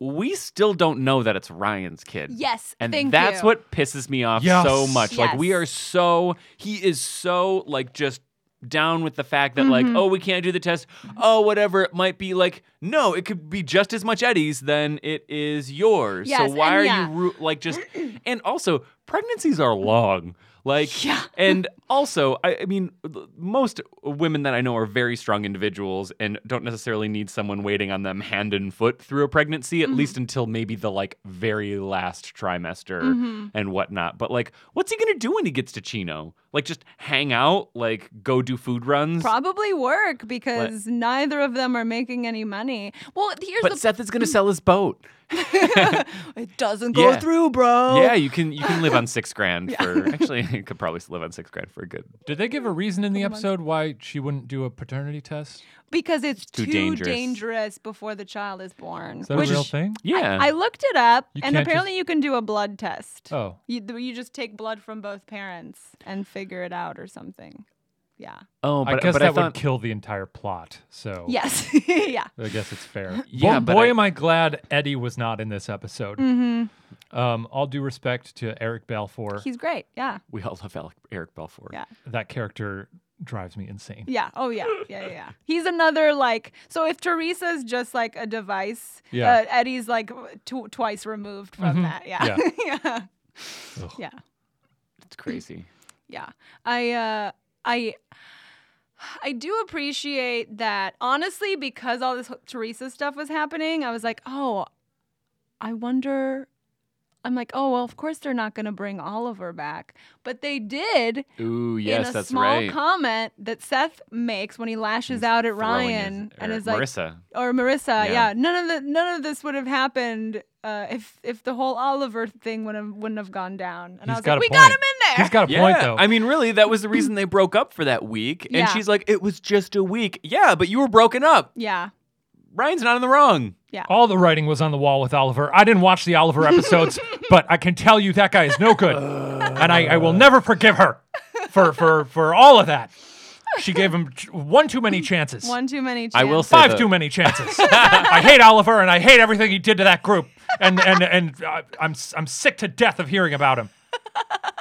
we still don't know that it's Ryan's kid.
Yes,
And
thank
that's
you.
what pisses me off
Yes.
so much. Like we
Yes.
are so he is so like just down with the fact that like
Mm-hmm.
oh we can't do the test oh whatever it might be like no it could be just as much Eddie's than it is yours
Yes,
so why
and
are
yeah.
you ru- like just and also pregnancies are long like and also I, I mean l- most women that i know are very strong individuals and don't necessarily need someone waiting on them hand and foot through a pregnancy at least until maybe the like very last trimester and whatnot but like what's he gonna do when he gets to chino like just hang out like go do food runs
Probably work because neither of them are making any money. Well, here's
but
the
seth is gonna sell his boat
it doesn't go
Yeah.
through, bro.
yeah you can you can live on six grand for actually you could probably live on six grand for a good
Did they give a reason in the episode why she wouldn't do a paternity test?
Because it's
Too
too,
dangerous.
dangerous. before the child is born.
Is that
which
a real thing?
yeah
I looked it up,
You
and
can't
apparently you can do a blood test.
Oh,
You, th- you just take blood from both parents and figure it out or something. Yeah.
oh but
I guess
but
that
I thought,
would kill the entire plot.
Oh.
So
Yes. yeah.
I guess it's fair.
Yeah,
Bo-
but
boy,
I-
am I glad Eddie was not in this episode.
hmm
Um, all due respect to Eric Balfour.
He's great. Yeah.
We all love Alec, Eric Balfour.
Yeah.
that character drives me insane.
Yeah. Oh, yeah. Yeah. Yeah. yeah. He's another like. So if Teresa's just like a device,
Yeah.
uh, Eddie's like tw- twice removed from
Mhm.
that. Yeah. yeah.
Ugh.
Yeah.
It's crazy.
Yeah. I uh I I do appreciate that honestly because all this Teresa stuff was happening, I was like, "Oh, I wonder I'm like, "Oh, well, of course they're not going to bring Oliver back." But they did
Ooh, yes,
in a
that's
small
right.
comment that Seth makes when he lashes out at Ryan and is like
Marissa.
or Marissa,
Yeah.
yeah. None of the none of this would have happened uh, if if the whole Oliver thing would have wouldn't have gone down. And
He's
I was
got a
like, "We got
point.
him in there."
He's got a
yeah,
point though.
I mean, really, that was the reason they broke up for that week. And
Yeah.
she's like, "It was just a week." Yeah, but you were broken up.
yeah.
Ryan's not in the wrong.
all the writing was on the wall with Oliver. I didn't watch the Oliver episodes, but I can tell you that guy is no good, and I, I will never forgive her for for for all of that. She gave him ch- one too many chances,
One too many. Chance.
I will say
five
the-
too many chances. I hate Oliver, and I hate everything he did to that group. and and and uh, I'm s- I'm sick to death of hearing about him.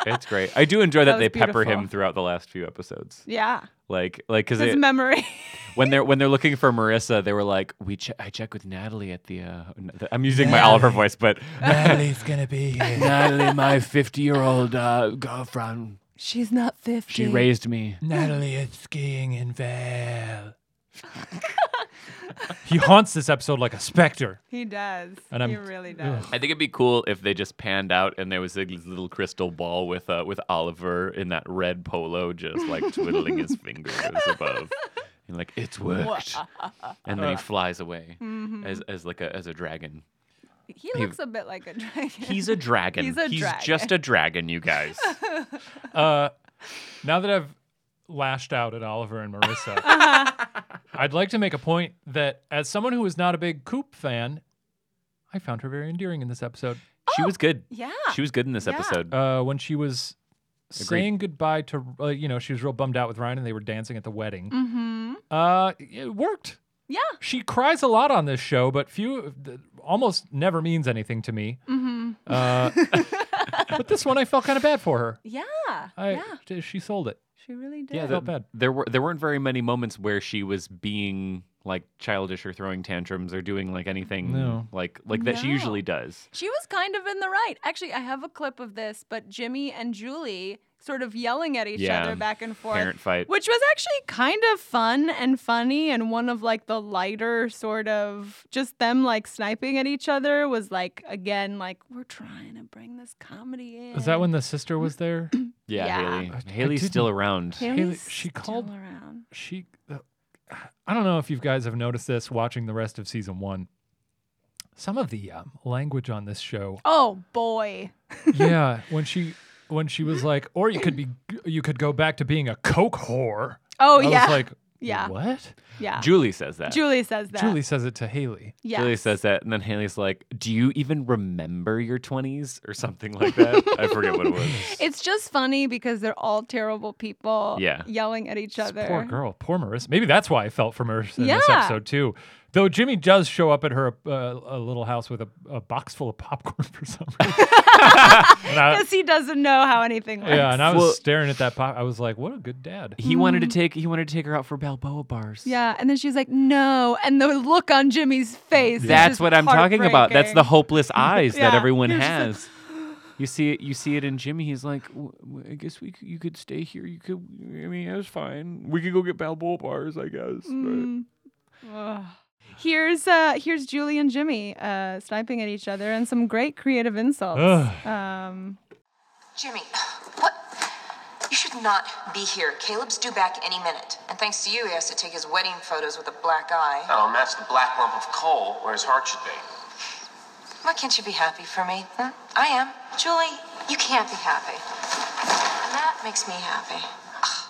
It's great. I do enjoy that,
That
they
was
pepper
beautiful.
him throughout the last few episodes.
Yeah.
Like like because
His memory.
when they're when they're looking for Marissa, they were like, "We che- I check with Natalie at the." Uh, n- the- I'm using my Oliver voice, but
Natalie's gonna be here.
Natalie, my 50 year old uh, girlfriend,
She's not 50.
me.
Natalie is skiing in Vail.
He haunts this episode like a specter.
He does.
And
he
I'm-
really does.
I think it'd be cool if they just panned out and there was a little crystal ball with uh, with Oliver in that red polo, just like twiddling his fingers above, and like it's worked, and then he flies away
Mm-hmm.
as, as like a as a dragon.
He looks a bit like a dragon.
He's a dragon.
He's a dragon.
just a dragon, you guys.
Uh, now that I've lashed out at Oliver and Marissa,
Uh-huh.
I'd like to make a point that as someone who is not a big Coop fan, I found her very endearing in this episode.
She was good.
yeah.
She was good in this
Yeah.
episode.
Uh, when she was saying goodbye to, uh, you know, she was real bummed out with Ryan and they were dancing at the wedding.
Mm-hmm.
Uh, it worked.
Yeah.
She cries a lot on this show, but few, th- almost never means anything to me.
Mm-hmm.
Uh, but this one, I felt kind of bad for her.
Yeah.
I,
yeah.
t- she sold it.
She really did.
Yeah,
the-
felt bad.
There were there weren't very many moments where she was being like childish or throwing tantrums or doing like anything
No.
like like that she
No.
usually does.
She was kind of in the right. Actually, I have a clip of this, but Jimmy and Julie sort of yelling at each
Yeah.
other back and forth.
Parent fight.
Which was actually kind of fun and funny, and one of like the lighter sort of just them like sniping at each other was like again like we're trying to bring this comedy in.
Is that when the sister was there?
Yeah,
Yeah.
Haley.
I- I
Haley's still around.
Haley-
Haley's
she
she
called-
called around?
she uh, i don't know if you guys have noticed this watching the rest of season one some of the um, language on this show
Oh boy,
yeah when she when she was like or you could be you could go back to being a coke whore
oh
I
yeah,
was like
yeah,
what
yeah.
Julie says that.
Julie says that.
julie says it to haley
yes.
Julie says that, and then Haley's like, "Do you even remember your 20s or something like that?" I forget what it was.
It's just funny because they're all terrible people
Yeah.
yelling at each
This
other.
poor girl poor marissa maybe that's why i felt for marissa in this
Yeah.
episode too though jimmy does show up at her uh, a little house with a, a box full of popcorn for some reason And I-
Because he doesn't know how anything works.
yeah and i was
Well-
staring at that pop i was like what a good dad
He wanted to take he wanted to take her out for Balboa bars.
mm. Yeah, and then she's like, "No," and the look on Jimmy's face. is
That's
just
what I'm talking about. That's the
heartbreaking.
hopeless eyes that
Yeah.
everyone
You're just like-
has. you see it. You see it in Jimmy. He's like, "W- w- I guess we c- you could stay here. You could. I mean, it was fine. We could go get Balboa bars, I guess.
Mm. Ugh. Here's uh, here's Julie and Jimmy uh, sniping at each other and some great creative insults.
Ugh.
Um,
Jimmy, what? You should not be here. Caleb's due back any minute. And thanks to you, he has to take his wedding photos with a black eye.
That'll match Um, the black lump of coal where his heart should be.
Why can't you be happy for me? hmm? I am. Julie, you can't be happy. And that makes me happy. Ugh.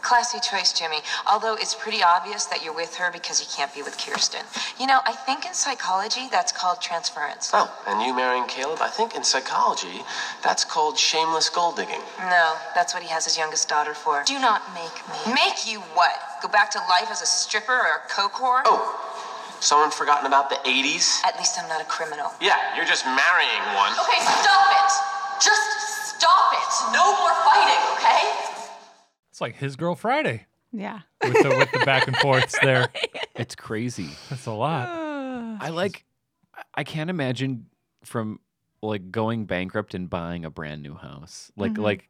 Classy choice, Jimmy. Although it's pretty obvious that you're with her because you can't be with Kirsten. You know, I think in psychology that's called transference.
Oh, and you marrying Caleb? I think in psychology, that's called shameless gold digging.
No, that's what he has his youngest daughter for. Do not make me. Make you what? Go back to life as a stripper or a coke whore?
Oh, someone forgotten about the 80s?
At least I'm not a criminal.
Yeah, you're just marrying one.
Okay, stop it! Just stop it! No more fighting, okay?
It's like his girl Friday
yeah.
with the, with the back and forths there.
It's crazy.
That's a lot.
I like. I- I can't imagine from like going bankrupt and buying a brand new house. Like
Mm-hmm.
like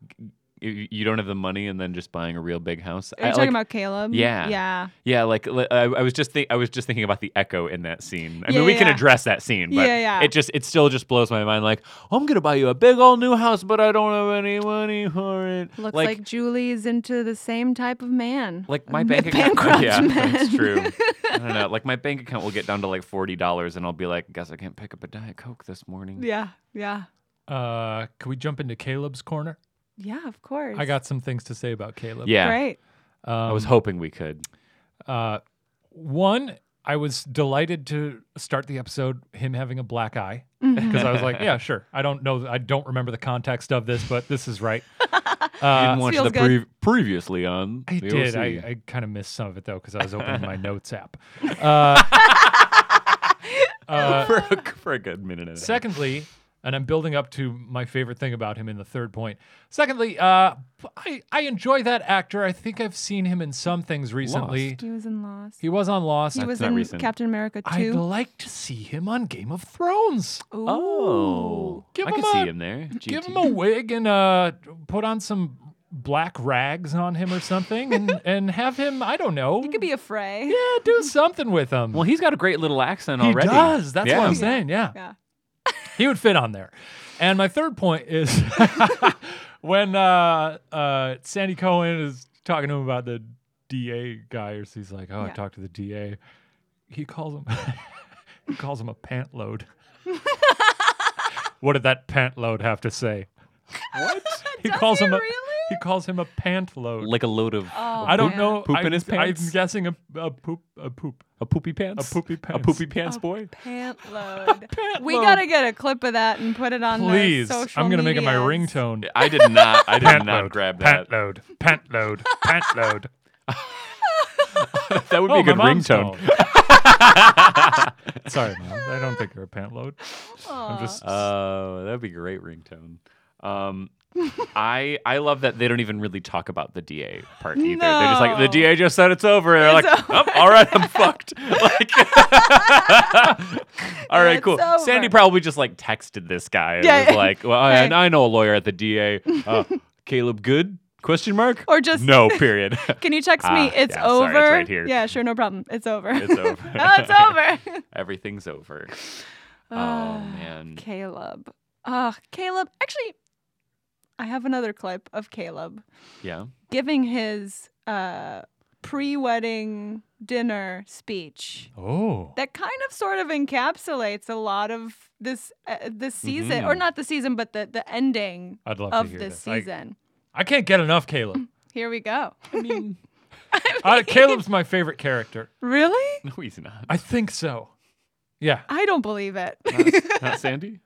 you you don't have the money and then just buying a real big house.
Are you
I,
talking
like-
about Caleb?
Yeah.
Yeah.
Yeah, like li- I, I was just think I was just thinking about the echo in that scene. I
Yeah,
mean, we
yeah,
can
yeah.
address that scene, but
Yeah, yeah.
it just it still just blows my mind. Like, I'm gonna buy you a big old new house, but I don't have any money for it.
Looks like,
like
Julie's into the same type of man.
like my
A
bank account.
bankrupt
yeah,
man.
that's true. I don't know. Like my bank account will get down to like forty dollars, and I'll be like, guess I can't pick up a diet coke this morning.
yeah. Yeah.
Uh, can we jump into Caleb's corner?
Yeah. Of course.
I got some things to say about Caleb.
Yeah,
Great.
I
Um,
was hoping we could.
Uh, one, I was delighted to start the episode him having a black eye
Mm-hmm.
because I was like, yeah, sure. I don't know. I don't remember the context of this, but this is right.
you didn't watch
feels
the
good.
pre- previously on.
uh, I
the
did. I,
OC.
I kind of missed some of it though because I was opening my notes app. Uh, Uh,
for, a, for a good minute. And a half.
Secondly, and I'm building up to my favorite thing about him in the third point. Secondly, uh, I, I enjoy that actor. I think I've seen him in some things recently.
He was in Lost.
He was on Lost.
He was
not
in
recent.
Captain America
I'd
2.
like to see him on Game of Thrones.
Oh,
Give
I
him
could
a-
see him there.
Give
GT.
him a wig and uh, put on some black rags on him or something, and, and have him. I don't know.
He could be a Frey.
yeah, do something with him.
Well, he's got a great little accent
he
already.
does. That's
Yeah.
what I'm saying. Yeah.
Yeah.
he would fit on there. And my third point is when uh, uh, Sandy Cohen is talking to him about the DA guy, or he's like, "Oh, I
Yeah.
talked to the DA." He calls him. he calls him a pant load. what did that pant load have to say?
What?
He
Does
calls
he
him. A,
really?
he calls him a pant load.
Like a load of
Oh,
I don't
man.
know.
Poop in
I'm-
his pants?
I'm guessing a, a poop. A poop.
a poopy pants.
A poopy pants.
A poopy pants boy.
Pant load.
Pant
we
load.
got to get a clip of that and put it on
Please,
the
I'm
social
gonna make it my
medias.
ringtone.
I did not. I did
Pant
not
load,
grab
pant
that.
load. Pant load. Pant load.
That would be
Oh,
a good ringtone.
Sorry, mom. I don't think you're a pant load. I'm just.
Uh, that'd be a great ringtone. Um, I I love that they don't even really talk about the DA part either. They're just like the
No.
DA just said it's over. And they're
It's
like, oh, all right, I'm fucked. Like, all right,
It's
cool. Sandy
over.
probably just like texted this guy and
Yeah.
was like, well, I,
Hey.
and I know a lawyer at the DA. Uh, Caleb Good? Question mark?
Or just-
no? Period.
Can you text me?
Ah,
It's
yeah, sorry,
over.
it's right here.
Yeah, sure, no problem. It's over.
it's over.
no, it's over.
Everything's over.
Ah,
Oh man.
Caleb. Ah, Caleb. Actually, I have another clip of Caleb
Yeah.
giving his uh, pre-wedding dinner speech.
oh.
that kind of sort of encapsulates a lot of this uh, this season or not the season but the the ending
Mm-hmm. I'd love to
of
hear
this
this. I,
season
I can't get enough Caleb.
here we go
Uh, Caleb's my favorite character.
really
No, he's not.
I think so. Yeah.
i don't believe it
Not, not Sandy.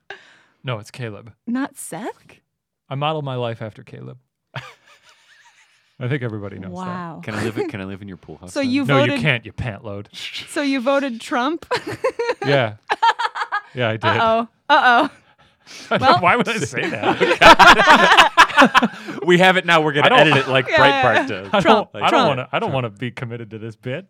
No, it's Caleb.
not seth
I modeled my life after Caleb. I think everybody knows
wow
Can I live? in- Can I live in your pool house?
so
then?
you
that. No,
voted
you can't. You pant load.
so you voted trump
Yeah. Yeah, I did.
uh-oh uh-oh well-
Why would I say that?
we have it now. We're gonna
I don't-
edit it like
Yeah,
Breitbart
yeah,
I
does.
don't.
Trump,
I don't
Trump.
want to. I don't want to be committed to this bit.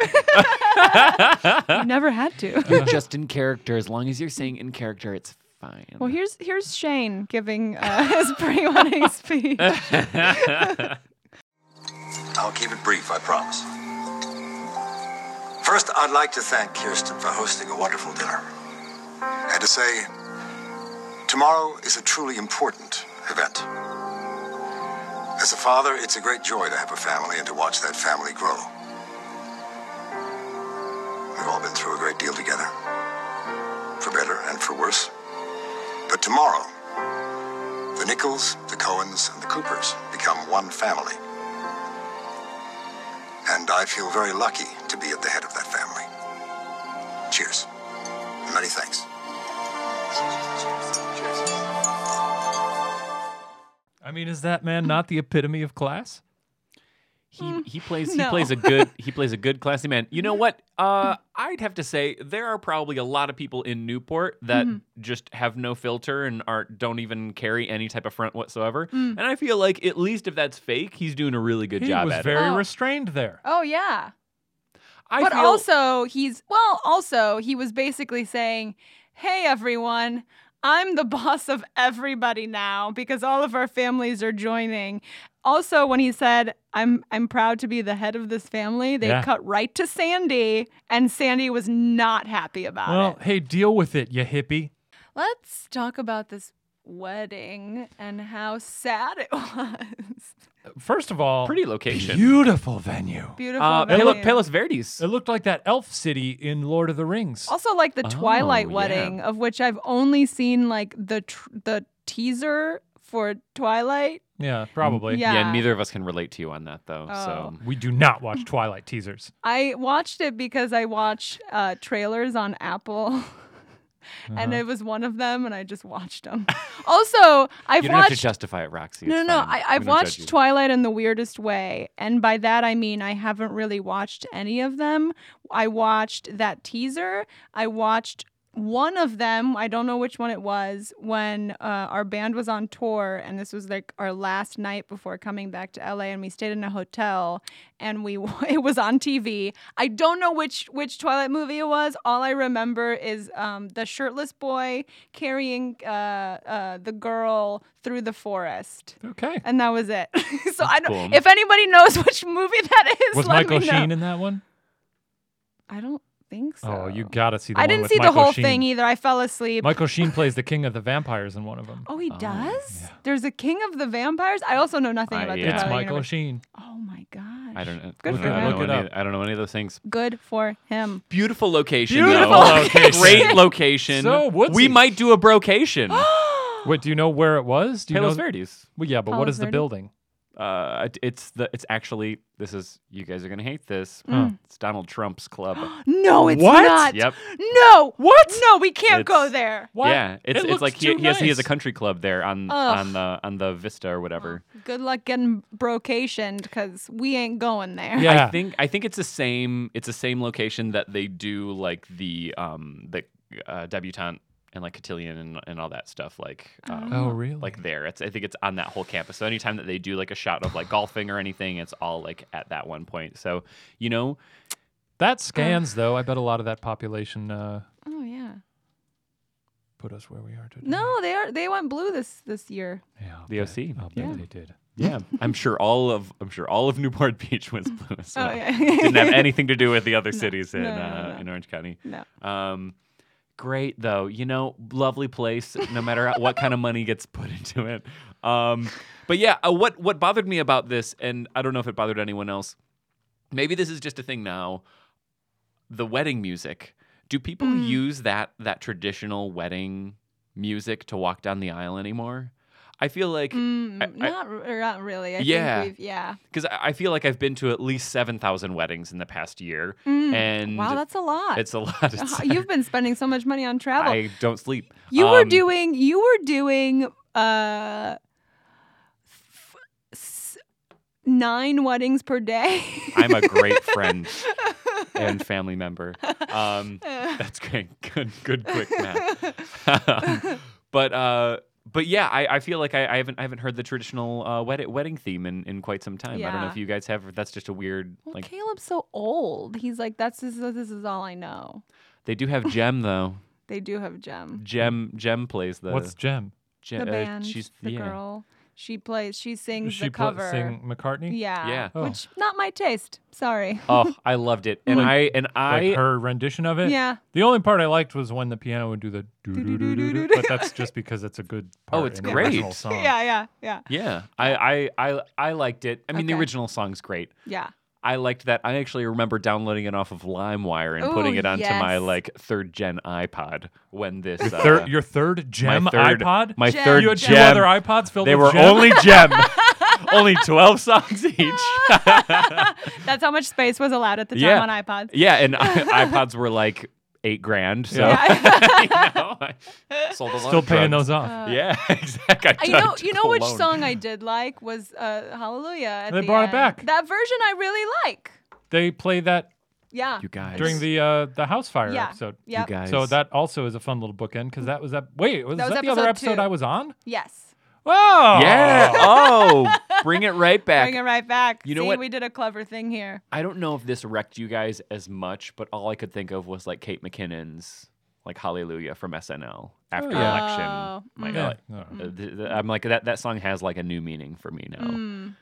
you never had to
You're just in character. As long as you're saying in character, it's fine.
well here's here's shane giving uh, his pre-wedding speech
I'll keep it brief, I promise. First, I'd like to thank Kirsten for hosting a wonderful dinner. And to say, tomorrow is a truly important event. As a father, it's a great joy to have a family and to watch that family grow. We've all been through a great deal together, for better and for worse. But tomorrow, the Nichols, the Cohens, and the Coopers become one family and I feel very lucky to be at the head of that family. Cheers. Many thanks.
I mean, is that man not the epitome of class?
he he plays he
mm, no.
plays a good he plays a good classy man. You know what? Uh, I'd have to say there are probably a lot of people in Newport that
Mm-hmm.
just have no filter and aren't don't even carry any type of front whatsoever.
Mm.
And I feel like at least if that's fake, he's doing a really good
he
job
was
at
very
it.
Oh.
restrained there.
oh yeah
I
but
feel
also he's well also he was basically saying hey everyone i'm the boss of everybody now because all of our families are joining also when he said i'm i'm proud to be the head of this family they
Yeah.
cut right to sandy and sandy was not happy about
Well,
it
hey, deal with it, you hippie.
let's talk about this wedding and how sad it was
First of all,
pretty location.
beautiful venue.
beautiful
uh,
venue.
Palo, Palos Verdes.
It looked like that elf city in Lord of the Rings.
Also, like the
Oh,
Twilight
yeah.
Wedding, of which I've only seen like the tr- the teaser for Twilight.
Yeah, probably.
Yeah. Oh.
Yeah. neither of us can relate to you on that though. So
We do not watch Twilight teasers.
I watched it because I watch uh, trailers on Apple.
Uh-huh.
And it was one of them, and I just watched them. also, I've
you don't have to
watched
justify it, Roxy.
no,
It's
no, no.
fine.
I,
We
I've
don't judge you.
watched Twilight in the weirdest way, and by that I mean I haven't really watched any of them. I watched that teaser. I watched one of them, I don't know which one it was, when uh, our band was on tour, and this was like our last night before coming back to LA, and we stayed in a hotel, and we it was on TV. I don't know which which Twilight movie it was. All I remember is um, the shirtless boy carrying uh, uh, the girl through the forest,
Okay.
and that was it. so I don't.
Boom.
If anybody knows which movie that is,
Was
let
Michael
me know.
Sheen in that one?
I don't think so.
Oh, you gotta see. The
I
one
didn't
with
see
Michael
the whole
Sheen.
thing e-, either. I fell asleep.
Michael Sheen plays the king of the vampires in one of them.
Oh, he does. There's a King of the Vampires. I also know nothing
I-
about
yeah.
the
It's
Twilight
Michael
universe.
Sheen.
Oh my gosh.
I don't know.
Good
I
for
don't
him.
know
Look it
any-
up.
I don't know any of those things.
Good for him.
Beautiful location.
Beautiful
though.
location.
Great location.
So woodsy.
we might do a brocation.
Wait, do you know where it was? Do you
Palos
know?
Verdes.
Well, yeah, but what
Palos
is the
Verdes?
building?
Uh, it- it's the. It's actually. This is. You guys are gonna hate this. It's Donald Trump's club.
No, it's
What?
not.
Yep.
No. What? No, we can't go
It's-
there.
What?
Yeah. It's
It
it's
looks
like he,
too
he has he has a
nice.
country club there on
Ugh.
on the on the Vista or whatever.
Good luck getting brocationed because we ain't going there.
Yeah.
I think I think it's the same. It's the same location that they do like the um the uh, debutante and like cotillion and, and all that stuff. Like um,
Oh, really?
like there. It's I think it's on that whole campus. So anytime that they do like a shot of like golfing or anything, it's all like at that one point. So you know, uh,
that scans though. I bet a lot of that population uh,
Oh yeah.
put us where we are today.
No, they are. They went blue this this year.
Yeah, I'll
The
bet-
OC.
I'll bet
Yeah.
they did.
yeah, I'm sure all of I'm sure all of Newport Beach was blue. as
Oh,
well.
yeah.
Didn't have anything to do with the other cities in
no, no,
uh,
no.
in Orange County.
No.
Um, great though, you know, lovely place. No matter what kind of money gets put into it. Um, but yeah, uh, what what bothered me about this, and I don't know if it bothered anyone else. Maybe this is just a thing now. The wedding music. Do people
Mm.
use that that traditional wedding music to walk down the aisle anymore? I feel like
Mm,
I- I-
not r- not really. I
Yeah.
Think we've, yeah.
because I I feel like I've been to at least seven thousand weddings in the past year,
Mm.
and
wow, that's a lot.
it's a lot. Of
Uh, You've been spending so much money on travel.
I don't sleep.
You were
Um,
doing. You were doing. Uh, f- s- nine weddings per day.
I'm a great friend and family member. Um, that's great. Good, good, quick math. Um, but uh, but yeah, I, I feel like I, I haven't I haven't heard the traditional uh, wedding wedding theme in, in quite some time. I don't know
Yeah.
if you guys have. or That's just a weird
well,
like.
Caleb's so old. He's like, that's this, this is all I know.
They do have Gem though.
They do have Gem,
Gem Gem plays the
What's Jem?
Gem,
the
uh,
band,
she's
the
yeah.
girl. She plays. She sings
she
the
pla-
cover.
sing McCartney.
Yeah.
Yeah.
Oh.
Which not my taste. Sorry.
Oh, I loved it, and I and I
Like her rendition of it.
Yeah.
The only part I liked was when the piano would do the do-do-do-do-do, but that's just because it's a good part.
Oh, it's
in the
great.
original song.
Yeah. Yeah. Yeah.
Yeah, I I I, I liked it. I mean, the
Okay.
original song's great.
Yeah.
I liked that. I actually remember downloading it off of LimeWire and
Ooh,
putting it onto my
Oh, yes.
like third gen iPod when this uh,
Third, your third
my
gem
third-
iPod.
my
Gem.
third
you had
gem.
two other iPods filled
they
with
were
gem?
only gem, only twelve songs each.
That's how much space was allowed at the time
Yeah.
on iPods.
yeah, and I- iPods were like eight grand. So you know, I sold a lot
still
of
paying
drugs.
those off.
yeah, exactly. I
Uh, you know,
took
you know which
a loan.
song I did like was uh, "Hallelujah." At
They
the
brought it
end.
back.
That version I really like.
They play that
Yeah.
you guys
during the uh, the house fire
yeah.
episode.
Yep.
guys.
So that also is a fun little bookend because that was that. Wait, was
That
that,
was
the other
episode
episode
two.
I was on?
Yes.
Oh,
yeah. Oh, bring it right back.
Bring it right back.
You know
See,
what-
We did a clever thing here.
I don't know if this wrecked you guys as much, but all I could think of was like Kate McKinnon's like Hallelujah from SNL after
yeah.
election.
Oh,
Like,
Yeah.
uh, th- th- I'm like that that song has like a new meaning for me now.
Mm.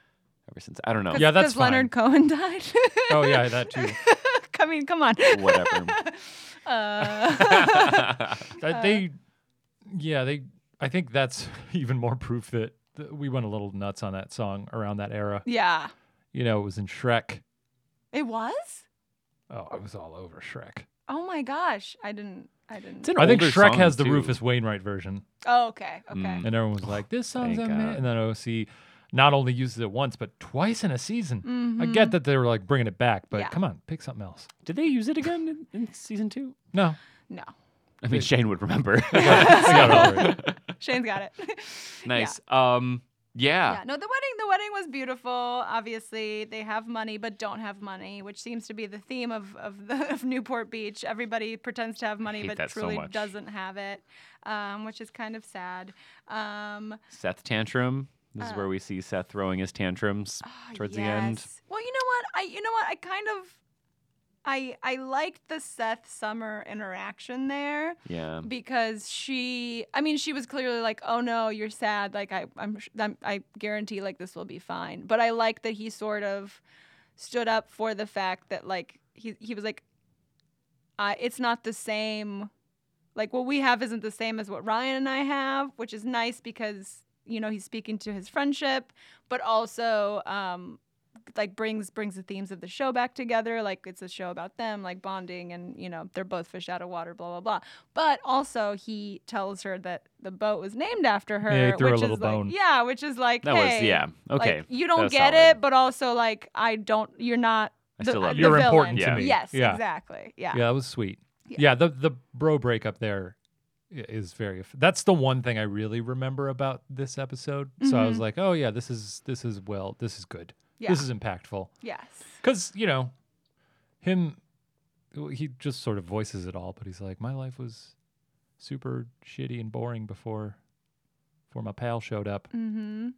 Ever since I don't know.
Yeah, that's
Because Leonard Cohen died.
Oh yeah, that too.
I mean, come on. Uh,
Whatever.
That they,
Uh-huh.
yeah, they. I think that's even more proof that th- we went a little nuts on that song around that era.
Yeah.
You know, it was in Shrek.
It was.
Oh, it was all over Shrek.
Oh my gosh. I didn't. I didn't.
an
I think
older
Shrek
song,
has the
too.
Rufus Wainwright version,
Oh, okay. Okay.
Mm.
and everyone was like, "This song's
Thank
amazing."
God.
And then OC not only uses it once but twice in a season. I get that they were like bringing it back, but
Mm-hmm. Yeah.
come on, pick something else.
Did they use it again in, in season two?
No,
No.
I mean, Shane would remember.
I got over it.
Shane's got it.
nice. Um, Yeah.
Yeah, no, the wedding the wedding was beautiful. Obviously, they have money but don't have money, which seems to be the theme of of, the, of Newport Beach. Everybody pretends to have money
hate
but
that so
truly
much.
doesn't have it, um, which is kind of sad. Um,
Seth tantrum. This is where we see Seth throwing his tantrums
Oh. ah,
towards the end.
yes. Well, you know what? I you know what? I kind of I I liked the Seth Summer interaction there.
Yeah.
because she i mean she was clearly like oh no you're sad like I, I'm, sh- I'm i guarantee like this will be fine but i like that he sort of stood up for the fact that like he, he was like uh, it's not the same like what we have isn't the same as what ryan and i have which is nice because you know he's speaking to his friendship but also um like brings brings the themes of the show back together like it's a show about them like bonding and you know they're both fish out of water blah blah blah but also he tells her that the boat was named after her
he threw her
which
little
is
bone.
like yeah which is like
That was
hey,
yeah. Okay.
like, you
that
don't
was
get
solid.
it but also like i don't you're not
I
the,
still love
the
you.
You're important
villain.
to me.
yes
Yeah.
exactly yeah
Yeah, that was sweet.
Yeah.
Yeah, the the bro breakup there i- is very. eff- That's the one thing I really remember about this episode. So I was like, oh yeah, this is this is well, this is good.
Mm-hmm. Yeah.
This is impactful
yes
because you know him. He just sort of voices it all, but he's like, my life was super shitty and boring before, before my pal showed up.
mm-hmm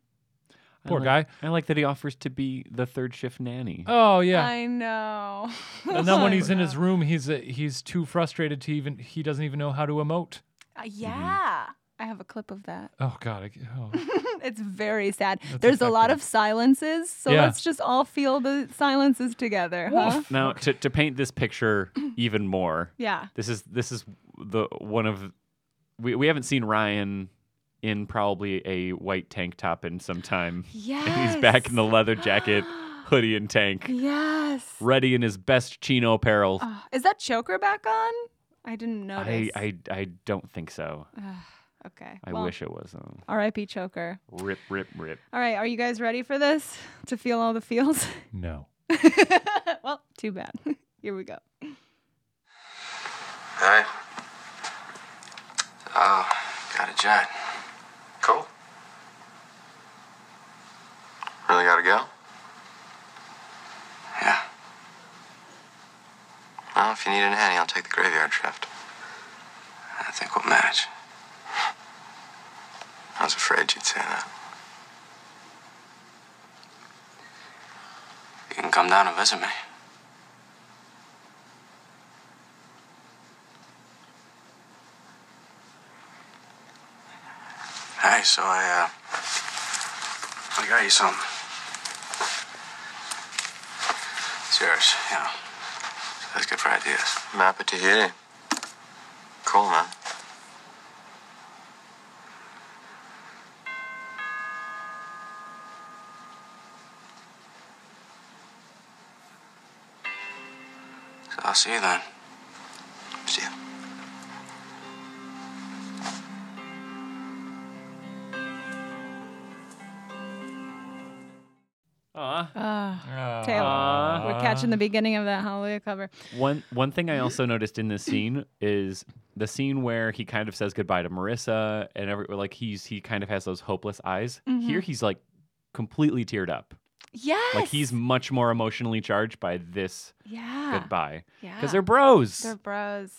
I
Poor
like-
guy.
I like that he offers to be the third shift nanny.
Oh yeah,
i know
and then when
I
he's in
know.
his room, he's uh he's too frustrated to even. He doesn't even know how to emote.
Uh, yeah
Mm-hmm.
i have a clip of that
Oh god. I, c- oh.
it's very sad there's a lot
effective.
of silences so
Yeah.
let's just all feel the silences together huh?
Now to, to paint this picture even more,
yeah
this is this is the one of we we haven't seen Ryan in probably a white tank top in some time.
yes
And he's back in the leather jacket, hoodie and tank,
yes
ready in his best chino apparel.
Ah, is that choker back on i didn't
I,
notice
I I don't think so.
okay
I
well,
wish it was. uh,
rip choker
Rip rip rip.
All right, are you guys ready for this? To feel all the feels?
No.
well, too bad. Here we go.
Hey. Uh, got a jet. Cool. Really gotta go? Yeah. Well, if you need an Annie, I'll take the graveyard shift. I think we'll match. I was afraid you'd say that. You can come down and visit me. Hey, so I, uh, I got you something. It's yours, yeah. That's good for ideas. I'm happy to hear it. Cool, man. So I'll see you then. See ya.
Ah.
Oh.
Taylor, we're catching the beginning of that Hallelujah cover.
One one thing I also noticed in this scene is the scene where he kind of says goodbye to Marissa and every like he's he kind of has those hopeless eyes.
Mm-hmm.
Here he's like completely teared up.
Yes.
Like he's much more emotionally charged by this
yeah.
goodbye
Yeah.
because they're bros.
Ah. They're
They're...
bros.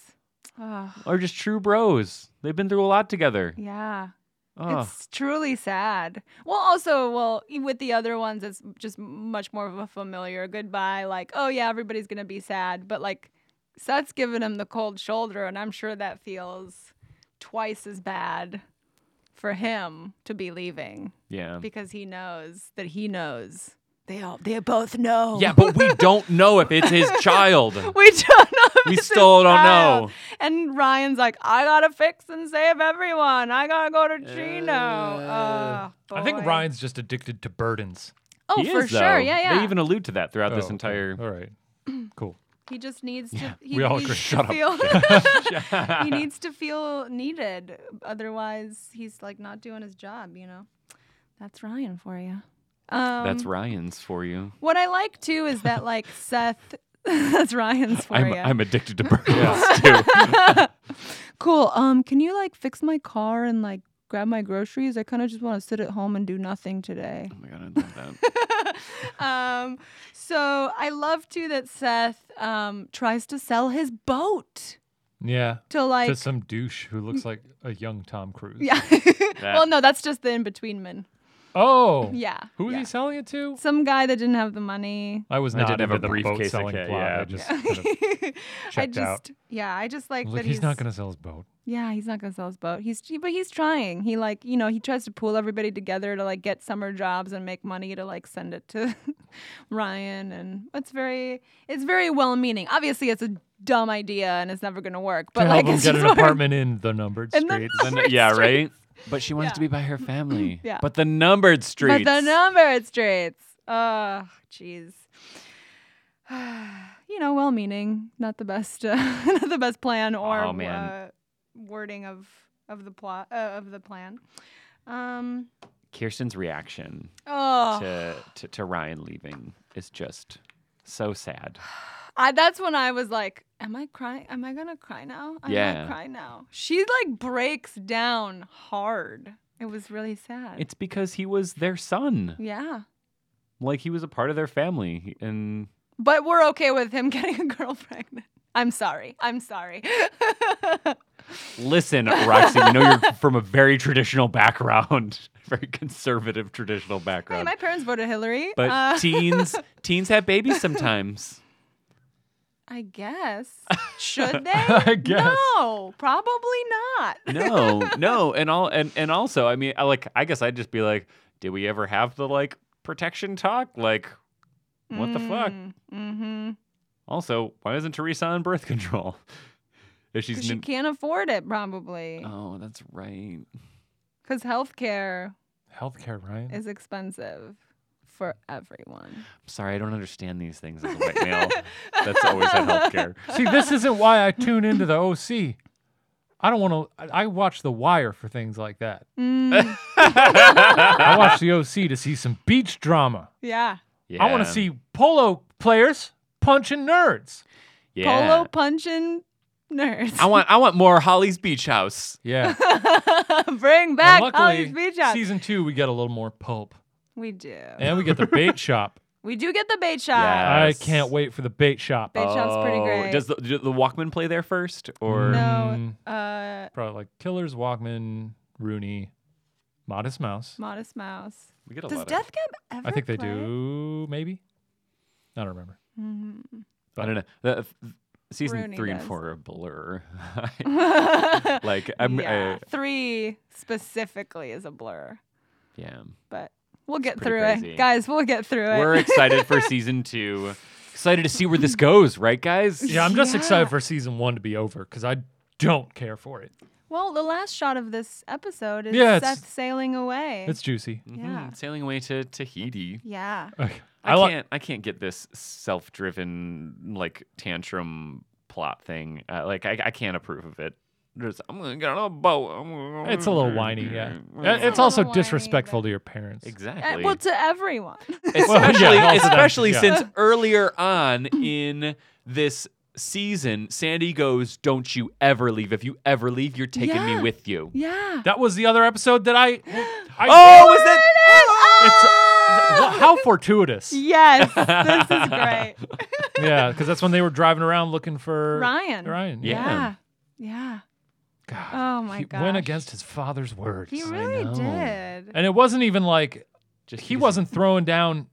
Oh,
just true bros. They've been through a lot together.
yeah.
Oh.
It's truly sad. Well, also, well, e- with the other ones, it's just much more of a familiar goodbye. Like, oh yeah, everybody's gonna be sad, but like, Seth's giving him the cold shoulder, and I'm sure that feels twice as bad for him to be leaving
yeah.
because he knows that he knows. They all, they both know.
Yeah, but we don't know if it's his child.
We don't know. if
We
it's his
still don't
child.
know.
And Ryan's like, I gotta fix and save everyone. I gotta go to Chino. Uh,
I think
boy.
Ryan's just addicted to burdens.
Oh,
He
for
is,
sure.
though.
Yeah, yeah.
They even allude to that throughout
Oh,
this
okay.
entire.
All right. Cool.
he just needs to. he,
we all
he
agree.
should
Shut up.
Feel, he needs to feel needed. Otherwise, he's like not doing his job. You know. That's Ryan for you. Um,
That's Ryan's for you.
What I like too is that like Seth. that's Ryan's for
I'm,
you.
I'm addicted to burdens too.
cool. Um, can you like fix my car and like grab my groceries. I kind of just want to sit at home and do nothing today.
Oh my god, I love that.
Um, so I love too that Seth um, tries to sell his boat
Yeah.
to like Mm.
to some douche who looks like a young Tom Cruise.
yeah. well, no, that's just the in between men.
Oh.
Yeah.
Who was
yeah.
he selling it to?
Some guy that didn't have the money.
I was
I
not
did have
into
a
the boat
briefcase
selling
account,
plot.
yeah.
I just kind of
I
checked
just
out.
yeah, I just
I
like
was
that
like, he's not gonna sell his boat.
Yeah, he's not gonna sell his boat. He's but he's trying. He like you know he tries to pull everybody together to like get summer jobs and make money to like send it to Ryan, and it's very it's very well meaning. Obviously, it's a dumb idea and it's never gonna work. But
to
like
help him
it's
get
just
an
sort of-
apartment in the numbered
And the
street.
number- Numbered
yeah,
streets.
right. But she wants
Yeah.
to be by her family.
Yeah.
But the numbered streets.
But the numbered streets. Oh, jeez. you know, well-meaning, not the best, uh, not the best plan or
Oh, man.
Uh, wording of of the plot uh, of the plan. Um.
Kirsten's reaction
Oh,
to, to to Ryan leaving is just so sad.
I, that's when I was like, "Am I crying? Am I gonna cry now? I
Yeah.
might cry now." She like breaks down hard. It was really sad.
It's because he was their son.
yeah,
Like he was a part of their family, and
but we're okay with him getting a girl pregnant. I'm sorry. I'm sorry.
Listen, Roxy, we know you're from a very traditional background, very conservative traditional
Hey,
background.
my parents voted Hillary.
but
Uh,
teens teens have babies sometimes.
I guess. Should they?
guess.
No, probably not.
No, no, and all and, and also, I mean, I like I guess I'd just be like, did we ever have the like protection talk? Like, what the fuck?
Mm-hmm.
Also, why isn't Teresa on birth control? If she's
she
n-
can't afford it, probably,
oh, that's right.
because healthcare
Healthcare, Ryan.
is expensive for everyone.
Sorry, I don't understand these things as a white male. that's always at healthcare.
See, this isn't why I tune into the OC. I don't want to. I I watch The Wire for things like that.
Mm,
I watch the OC to see some beach drama.
yeah.
Yeah.
I want to see polo players punching nerds.
yeah.
Polo punching nerds.
I want I want more Holly's Beach House.
Yeah.
Bring
And
back
luckily,
Holly's Beach House.
season two, we get a little more pulp,
we do.
and we get the bait shop.
We do get the bait shop.
Yeah.
I
Yes.
can't wait for the bait shop.
Bait shop's pretty
Oh,
great.
Does the, do the Walkman play there first, or
no, uh,
mm, Probably like Killers, Walkman, Rooney, Modest Mouse.
Modest Mouse.
we get a
Does
lot
Death Cab ever?
I think they
play?
do, maybe. I don't remember.
of? I don't know. The, th- season
Rooney
three
does.
and four are a blur. like I'm, uh,
yeah,
yeah.
uh,
three specifically is a blur,
I, yeah.
but we'll get
pretty
through
crazy.
it, guys. We'll get through it.
We're excited for season two. Excited to see where this goes, right, guys?
Yeah, I'm just
Yeah.
excited for season one to be over because I don't care for it.
well, the last shot of this episode is
Yeah, it's-
Seth sailing away.
It's juicy.
Mhm,
Yeah.
Sailing away to Tahiti.
yeah, Uh,
I,
I like.
can't. I can't get this self-driven like tantrum plot thing. Uh, like I, I can't approve of it. Just, I'm gonna get on a boat. I'm gonna-
It's a little whiny. Yeah.
It's
It's,
a
little
also
whiny,
disrespectful
but-
to your parents.
Uh,
Exactly.
well, to everyone.
especially
yeah, also that,
especially
yeah.
since earlier on in this season, Sandy goes, "Don't you ever leave. If you ever leave, you're taking me
Yeah.
with you."
yeah,
That was the other episode that I. I
Oh, is that?
It's, it's- how fortuitous.
yes, this is great,
Yeah, because that's when they were driving around looking for
Ryan.
Ryan.
Yeah.
yeah, yeah. oh my
He
gosh,
went against his father's words.
He really
know.
did.
and it wasn't even like
Just
he
because-
wasn't throwing down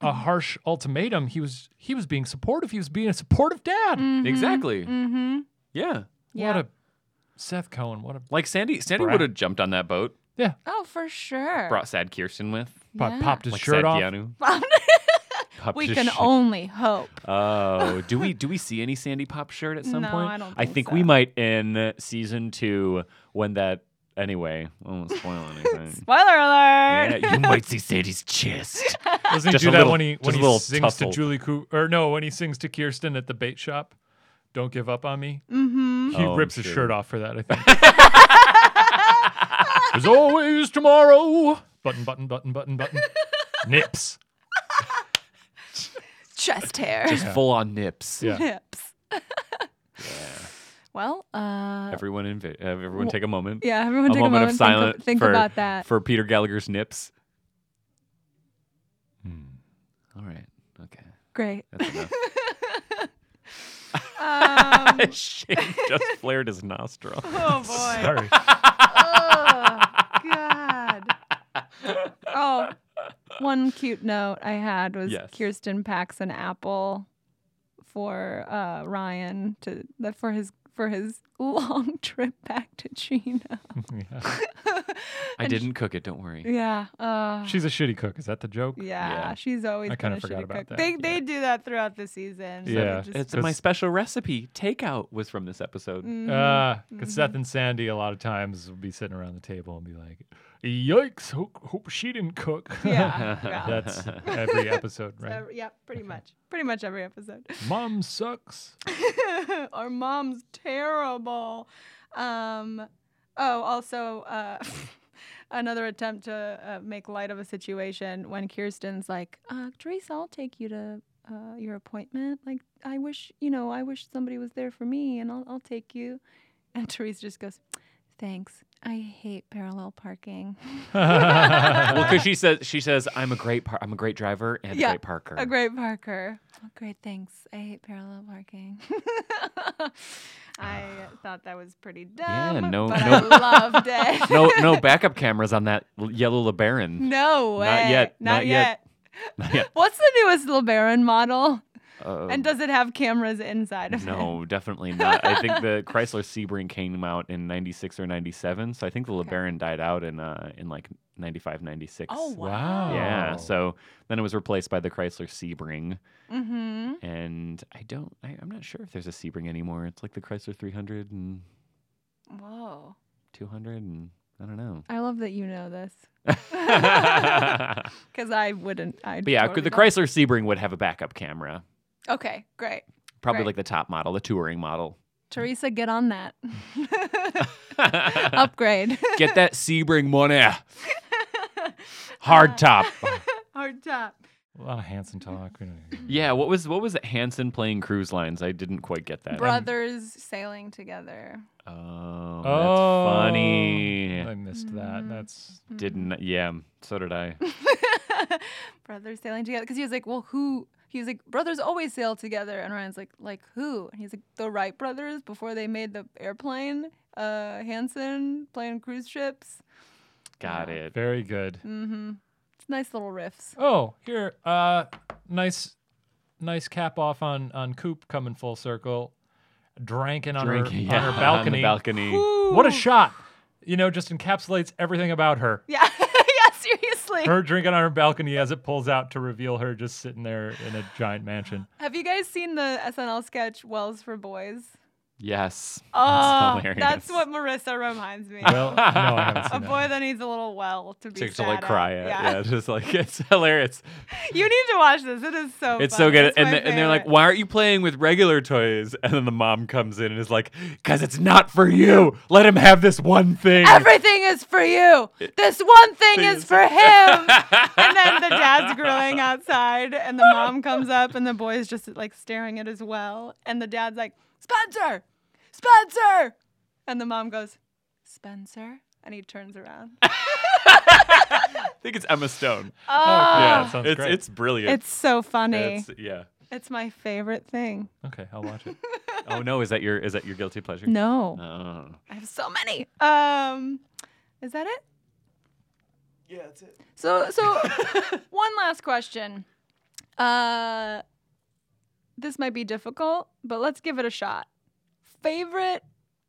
a harsh ultimatum. He was he was being supportive. He was being a supportive dad.
exactly.
Mm-hmm.
Yeah.
What
Mm, Yeah.
a Seth Cohen. What a
Like Sandy, Sandy
Brat.
would have jumped on that boat,
Oh, for sure.
brought Sad Kirsten with,
pop,
Yeah.
popped his
like
shirt
Sad
off.
Keanu. Popped
we
his
can
shirt-
only hope.
Oh, do we do we see any Sandy Pop shirt at some
No,
point?
I don't
I
think
think
so.
we might in season two when that. Anyway, I won't spoil anything.
Spoiler alert.
yeah, you might see Sandy's chest.
Doesn't
Just
he
a
do that
little-
when he
just
when
a
he
little
sings
tussle.
to Julie Cooper? Or no, when he sings to Kirsten at the bait shop. Don't give up on me.
Mm-hmm.
He
Oh, I'm
rips his
sure.
shirt off for that. I think. There's always tomorrow. Button, button, button, button, button. Nips.
Chest hair.
Just full on nips.
Yeah.
Hips. Well, uh,
Everyone, in, everyone, take a moment.
yeah, everyone
a
take
moment
a moment
of
and
silence
think, think
for,
about that.
for Peter Gallagher's nips. Hmm. All right. Okay.
Great.
That's enough.
Um,
Shane just flared his nostril.
oh boy.
Sorry.
oh God. Oh, one cute note I had was
Yes.
Kirsten packs an apple for uh, Ryan to that for his for his long trip back to Chino.
Yeah.
I didn't cook it. Don't worry.
Yeah. Uh,
She's a shitty cook. Is that the joke?
yeah,
Yeah.
she's always
I
been
kinda
a
forgot
shitty
about
cook.
that,
They
yeah.
they do that throughout the season. so they
Yeah.
just-
It's my special recipe takeout was from this episode.
Mm.
Uh, 'cause Seth and Sandy a lot of times will be sitting around the table and be like, "Yikes! Hope, hope she didn't cook."
yeah. yeah.
That's every episode, right?
Every- yeah, pretty much. Pretty much every episode.
Mom sucks.
Our mom's terrible. Um, oh, also uh, another attempt to uh, make light of a situation when Kirsten's like, uh, "Grace, I'll take you to uh, your appointment. Like, I wish you know, I wish somebody was there for me, and I'll, I'll take you." And Therese just goes, "Thanks. I hate parallel parking.
well, because she says she says I'm a great par- I'm a great driver and
Yeah,
a great parker.
A great parker. Oh, great, thanks. I hate parallel parking." I thought that was pretty dumb.
Yeah, no-
but
no-
I loved it.
no no backup cameras on that l- yellow LeBaron.
No way.
Not yet,
Not,
not
yet.
yet. Not yet.
What's the newest LeBaron model?
Uh,
And does it have cameras inside of it?
no, definitely not. I think the Chrysler Sebring came out in 96 or 97, so I think the LeBaron died out in uh in like 95 96.
Oh,
Wow.
Yeah, so then it was replaced by the Chrysler Sebring,
Mm-hmm.
and I don't, I, I'm not sure if there's a Sebring anymore. It's like the Chrysler 300 and
Whoa.
200, and I don't know.
I love that you know this.
but
Because I wouldn't. I
yeah,
totally
the
don't.
Chrysler Sebring would have a backup camera,
Okay, great.
Hmm. probably
Right.
like the top model, the touring model.
Teresa, get on that. Upgrade.
Get that Sebring money. Hard top.
Hard top.
A lot of Hanson talk. We don't even-
Yeah, what was what was it? Hanson playing cruise lines? I didn't quite get that.
Brothers sailing together.
Oh, that's
Oh,
funny.
I missed that. That's
Didn't yeah, so did I.
brothers sailing together because he was like well who he was like brothers always sail together and ryan's like like who and he's like the wright brothers before they made the airplane uh hansen playing cruise ships
Got it.
very good.
it's nice little riffs
Oh, here, uh, nice, nice cap off on on Coop coming full circle, drinking on her
Drinking, yeah,
on her
On
balcony.
the balcony.
What a shot! You know, just encapsulates everything about her.
yeah yeah seriously
Her drinking on her balcony as it pulls out to reveal her just sitting there in a giant mansion.
have you guys seen the snl sketch wells for boys
Yes.
oh
hilarious.
that's what marissa reminds me
Well, no, I haven't
a
seen that.
boy that needs a little well to be
To, to
sad
like cry at.
at.
Yeah. just like it's hilarious.
you need to watch this. It is so.
It's
fun.
so good.
It's
And,
Oh, my
the- and they're like,
favorite.
why aren't you playing with regular toys? And then the mom comes in and is like, because it's not for you. Let him have this one thing.
Everything is for you. This one thing is for him. and then the dad's grilling outside, and the mom comes up, and the boy is just like staring at his well. And the dad's like, Spencer, Spencer. And the mom goes, Spencer. And he turns around.
I think it's Emma Stone.
Oh.
yeah, that sounds
it's,
great.
it's brilliant.
It's so funny. It's,
It's- yeah.
my favorite thing.
okay, I'll watch it.
Oh no, is that your is that your guilty pleasure?
No,
Oh.
I have so many. Um, is that it? Yeah, that's it. So, so one last question. Uh, this might be difficult, but let's give it a shot. Favorite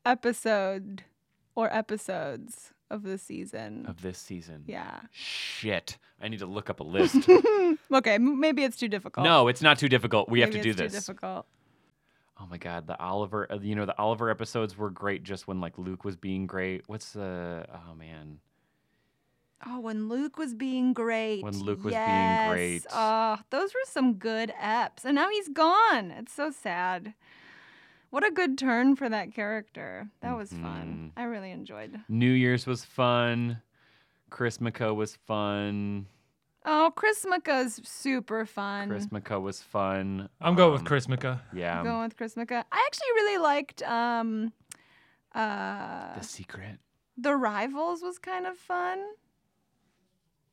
episode or episodes of the season?
Of this season.
yeah.
Shit. I need to look up a list.
Okay, m- maybe it's too difficult.
no, it's not too difficult. We
maybe
have to do
it's
this.
Too difficult.
Oh my god, the Oliver, uh, you know, the Oliver episodes were great just when like Luke was being great. What's the Oh man.
Oh, when Luke was being great.
When Luke was being
Yes.
great.
Oh, those were some good eps. And now he's gone. It's so sad. What a good turn for that character. That was fun.
Mm-hmm.
I really enjoyed.
New Year's was fun. Chrismico was fun.
Oh, Chrismica's super fun.
Chrismica was fun.
I'm going with
Um,
Chris Mica.
Yeah.
Going with Chrismica. I actually really liked um uh
the secret.
The Rivals was kind of fun.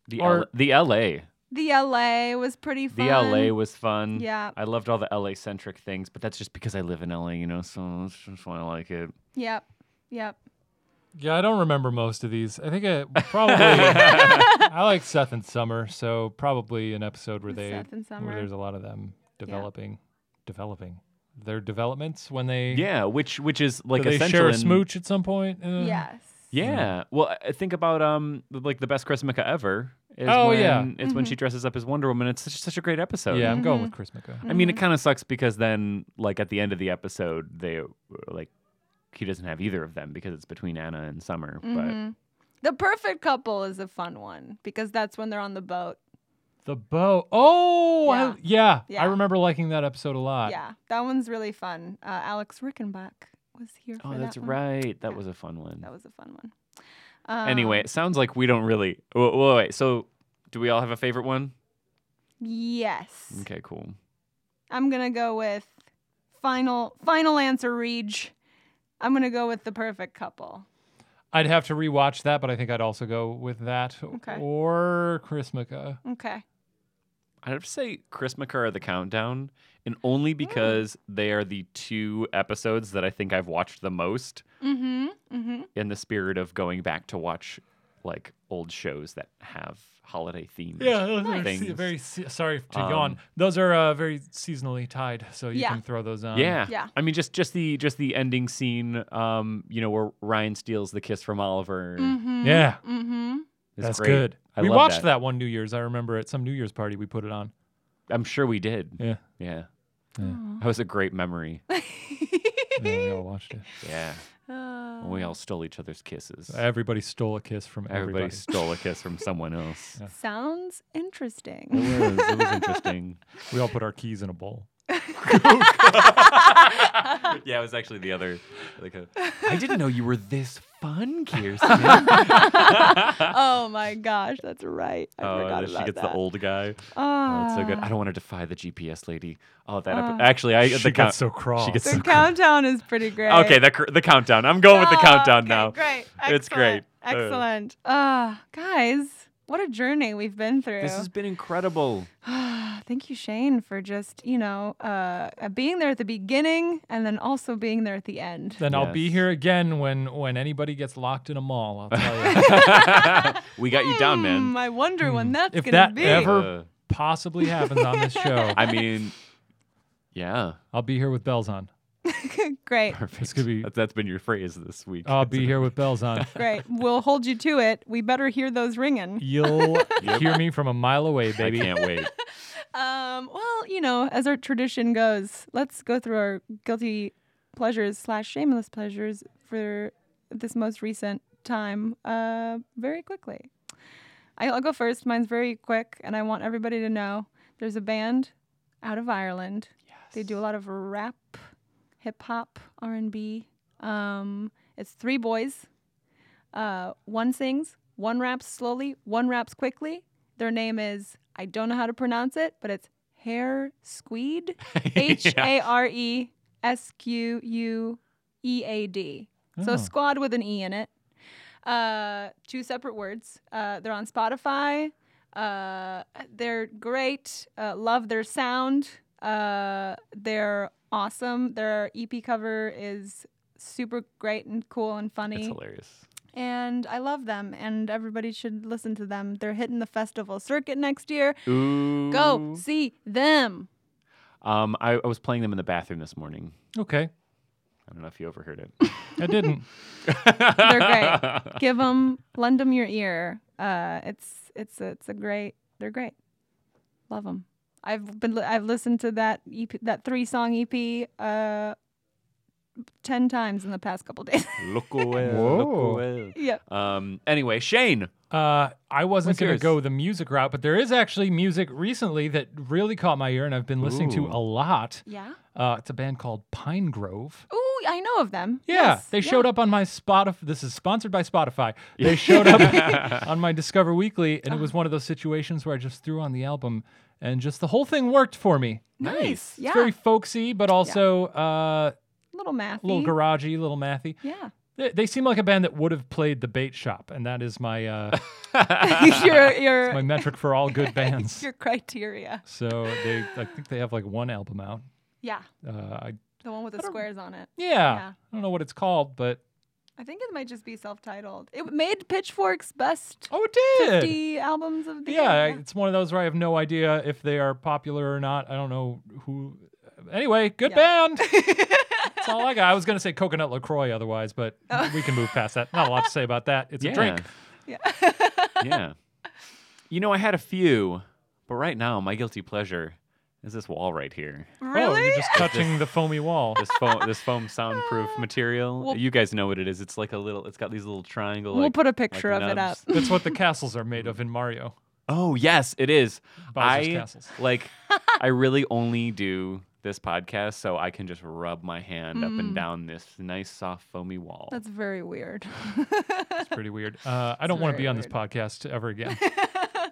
The
Or-
L- the LA.
The LA was pretty fun.
The LA was fun.
Yeah.
I loved all the LA centric things, but that's just because I live in LA, you know, so that's just why I like it.
Yep. Yep.
Yeah, I don't remember most of these. I think I probably I like Seth and Summer, so probably an episode where they
Seth and Summer.
where there's a lot of them developing, developing their developments when they
Yeah, which which is
do
like
they
essential
share a
in-
smooch Hmm. at some point. Uh,
Mm.
Yes.
Yeah. Well, I- I think about um like the best Chrismica ever. Is
Oh,
when,
yeah.
It's
Mm-hmm.
when she dresses up as Wonder Woman. It's such, such a great episode.
yeah, I'm going with Chris Mica.
I
Mm-hmm.
mean, it kind of sucks because then, like at the end of the episode, they were like he doesn't have either of them because it's between Anna and Summer.
Mm-hmm. The Perfect Couple is a fun one because that's when they're on the boat.
The bow. Oh, I-
Yeah.
yeah.
Yeah.
I remember liking that episode a
Uh,
lot.
yeah, that one's really fun. Uh, Alex Rickenbach was here
But
for
oh, that's
that one.
right. That was a fun one.
That was a fun one. Um,
anyway, it sounds like we don't really. Whoa, whoa, wait. So, do we all have a favorite one?
Yes.
Okay, cool.
I'm gonna go with final final answer, Reach. I'm gonna go with the perfect couple.
I'd have to rewatch that, but I think I'd also go with that
Okay.
or Chris Mica.
Okay.
I'd have to say Chris McCurr the Countdown, and only
Hmm.
because they are the two episodes that I think I've watched the most
Mm-hmm. Mm-hmm.
in the spirit of going back to watch like old shows that have holiday themes.
Yeah, those are
Nice.
se- very. se- sorry to
Um,
yawn. Those are uh, very seasonally tied, so you
Yeah.
can throw those on.
Um, Yeah.
Yeah.
I mean just just the just the ending scene um you know where Ryan steals the kiss from Oliver.
Mm-hmm.
Yeah,
Mm-hmm.
is
that's
great.
good.
I
we
love
watched
that.
that. one New Year's. I remember at some New Year's party we put it on.
I'm sure we did.
Yeah,
Yeah. That was a great memory.
yeah we all watched it.
Yeah. When we all stole each other's kisses.
Everybody stole a kiss from
Everybody
everybody.
stole a kiss from someone else.
Sounds interesting.
It was, it was interesting.
we all put our keys in a bowl.
Yeah, it was actually the other. Like uh, a, I didn't know you were this fun, Kirsten.
oh my gosh, that's right. I
oh,
forgot
and then
about
she gets
that.
the old guy. Oh, it's so good. I don't want to defy the GPS lady. Oh, that epi-
Ah.
actually, I
She
the
gets
count.
so cross.
She gets
The
so
countdown is pretty great.
okay. The cr- the countdown. I'm going with the
Oh,
countdown
okay,
now.
Great.
It's great. Uh,
Excellent. Ah, guys, what a journey we've been through. Ah,
This has been incredible.
Thank you, Shane, for just, you know, uh, uh, being there at the beginning and then also being there at the end.
Then I'll be
Yes.
here again when when anybody gets locked in a mall. I'll tell you
We got you down,
Hmm,
man.
I wonder when that's
if
going to
that
be.
ever
Uh,
possibly happens on this show.
I mean, yeah.
I'll be here with bells on.
great.
This could be.
That, that's been your phrase this week.
I'll be here with bells on.
Great. We'll hold you to it. We better hear those ringing.
You'll hear me from a mile away,
I
baby.
can't wait.
Um, well, you know, as our tradition goes, let's go through our guilty pleasures slash shameless pleasures for this most recent time uh, very quickly. I- I'll go first. Mine's very quick, and I want everybody to know there's a band out of Ireland. They do a lot of rap, hip hop, R and B. Um, it's three boys. Uh, one sings, one raps slowly, one raps quickly. Their name is I don't know how to pronounce it, but it's Hair Squeed. H A R E S Q U E A D. So squad with an E in it. Uh, two separate words. Uh, they're on Spotify. Uh, they're great. Uh, love their sound. Uh, they're awesome. Their EP cover is super great and cool and funny
It's hilarious.
and I love them, and everybody should listen to them. They're hitting the festival circuit next year.
Ooh.
Go see them.
Um, I, I was playing them in the bathroom this morning.
Okay,
I don't know if you overheard it.
I didn't.
They're great. Give them, lend them your ear. Uh, it's it's a, it's a great. They're great. Love them. I've been li- I've listened to that EP, that three song EP uh, ten times in the past couple days.
look away.
Whoa.
Look
yep.
away. Um, anyway, Shane.
Uh, I wasn't
What's
going
yours?
to go the music route, but there is actually music recently that really caught my ear and I've been listening to
Ooh.
a lot.
Yeah.
Uh, it's a band called Pine Grove.
Ooh I know of them.
Yeah,
Yes,
they showed up on my Spotify. This is sponsored by Spotify. They showed up on my Discover Weekly, and it was one of those situations where I just threw on the album, and just the whole thing worked for me.
Nice. Yeah.
It's very folksy, but also uh,
little math.
a little garagey, a little mathy.
Yeah.
They, they seem like a band that would have played the Bait Shop, and that is my uh,
your
my
your
metric for all good bands.
your criteria.
So they, I think they have like one album out.
Yeah.
Uh, I,
The one with the squares on it.
yeah,
Yeah.
I don't know what it's called, but
I think it might just be self-titled. It made Pitchfork's best
oh, it did.
50 albums of the
yeah, I-
year.
it's one of those where I have no idea if they are popular or not. I don't know who. Anyway, good band. That's all I got. I was gonna say Coconut Lacroix, otherwise, but
Oh.
we can move past that. Not a lot to say about that. It's a drink.
Yeah. yeah. You know, I had a few, but right now my guilty pleasure is this wall right here.
Really?
Oh, you're just touching the foamy wall.
This foam, this foam soundproof material. you guys know what it is. It's like a little. It's got these little triangle.
we'll
like-
put a
like
picture of it up.
nubs.
That's what the castles are made of in Mario.
Oh yes, it is.
Bowser's
I
castles.
like. I really only do this podcast so I can just rub my hand up
Mm.
and down this nice soft foamy wall.
That's very weird.
It's pretty weird. Uh, I don't want to
very
be on this podcast ever again.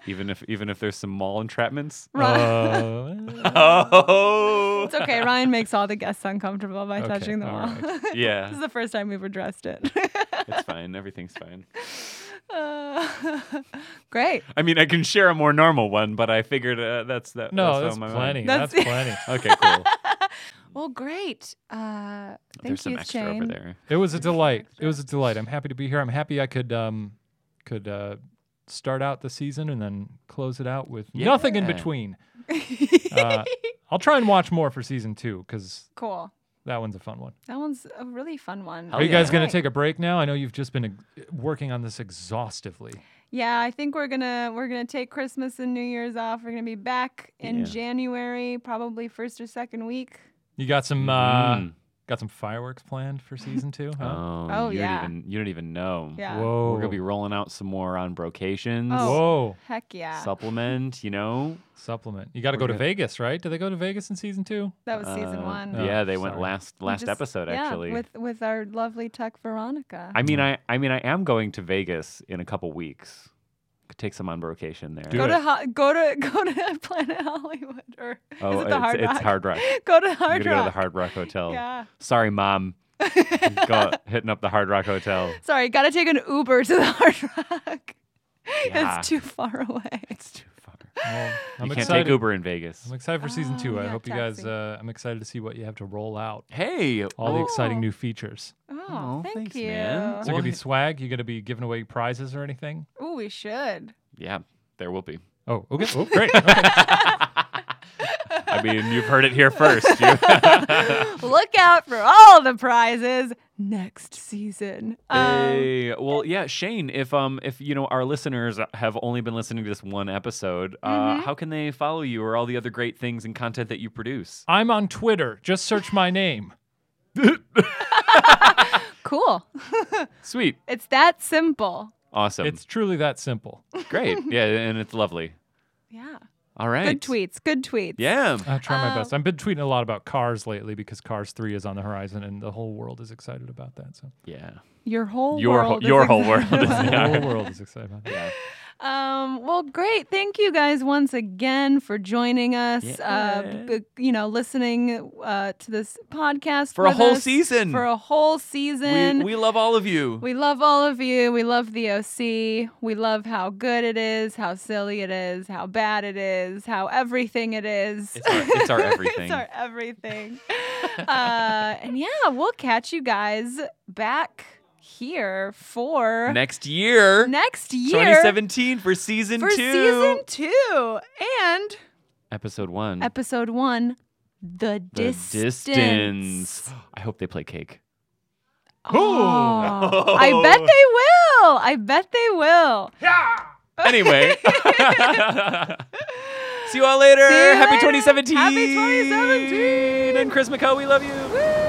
even if even if there's some mall entrapments.
Ryan,
Uh,
Oh
it's okay. Ryan makes all the guests uncomfortable by touching the wall.
all right.
this
yeah,
is the first time we've addressed it.
it's fine. Everything's fine.
Uh, great.
I mean, I can share a more normal one, but I figured uh, that's that.
no,
that's
that's
on my
plenty.
mind.
That's-
That's, plenty.
Okay, cool.
Well, great. Uh, thank
There's some
you,
extra
Shane.
over there.
It was a delight. It was a delight. I'm happy to be here. I'm happy I could um could uh start out the season and then close it out with nothing in
Yeah.
between. uh, I'll try and watch more for season two because
Cool.
that one's a fun one.
That one's a really fun one.
Hell
Are you guys
Oh, yeah.
going
Right.
to take a break now? I know you've just been uh, working on this exhaustively.
Yeah, I think we're gonna we're gonna take Christmas and New Year's off. We're gonna be back in
Yeah.
January, probably first or second week.
You got some uh,
Mm.
got some fireworks planned for season two? Huh?
Oh,
Oh,
you
yeah.
Don't even, you don't even know.
Yeah.
Whoa!
We're gonna be rolling out some more on brocations.
Oh.
Whoa!
Heck yeah,
Supplement, you know.
Supplement. You got to go to
gonna-
Vegas, right? Do they go to Vegas in season two?
that was season
Uh,
one.
Oh,
yeah, they went
sorry.
last
We
last
just-
episode
yeah,
actually.
with with our lovely tech Veronica.
I mean,
Mm.
I I mean, I am going to Vegas in a couple weeks. Could take some on brocation there.
go
Do
to
it.
ho- go to go to Planet Hollywood or is
oh,
it the
it's,
Hard
it's
Rock?
Hard Rock.
go to
I'm
Hard
gonna
Rock.
go to the Hard Rock Hotel.
Yeah.
Sorry, mom. go, hitting up the Hard Rock Hotel.
Sorry, gotta take an Uber to the Hard Rock.
Yeah.
It's too far away.
It's too far.
Well, I'm
you can't
excited.
take Uber in Vegas.
I'm excited for season two. I
Oh, yeah,
hope you guys.
taxi.
Uh, I'm excited to see what you have to roll out.
Hey,
All the exciting
Oh.
new features.
Oh,
Oh,
thank
thanks,
you.
man.
Is there gonna be
What?
swag? You gonna be giving away prizes or anything?
Ooh, we should.
yeah, there will be.
Oh, okay. Oh, great. Okay.
I mean, you've heard it here first. You-
Look out for all the prizes next season. Um,
Hey, well, yeah, Shane. If um, if you know our listeners have only been listening to this one episode, uh,
Mm-hmm.
how can they follow you or all the other great things and content that you produce?
I'm on Twitter. Just search my name.
cool.
Sweet,
It's that simple.
awesome,
It's truly that simple.
great. Yeah, and it's lovely.
Yeah.
All right,
Good tweets. Good tweets.
Yeah,
I try my
Um,
best. I've been tweeting a lot about cars lately because Cars 3 is on the horizon and the whole world is excited about that. So
yeah.
Your whole
Your whole-
world. is
your whole
excited
world is-
about
the
it.
whole world is excited about that.
Um, well, great. Thank you guys once again for joining us. Uh, b- you know, listening uh, to this podcast
For a
with
whole
us
season.
For a whole season.
We, we love all of you.
We love all of you. We love the OC. We love how good it is, how silly it is, how bad it is, how everything it is.
It's our, it's our everything.
It's our everything. uh, and yeah, we'll catch you guys back here for
Next year,
next year
2017 for season
for
two,
season two and
episode one.
episode one. The
Mm. The
distance.
distance. I hope they play cake.
Oh, I bet they will. I bet they will.
Anyway. See you all later.
See you
Happy
later.
2017.
Happy 2017.
And Chris McCall, we love you.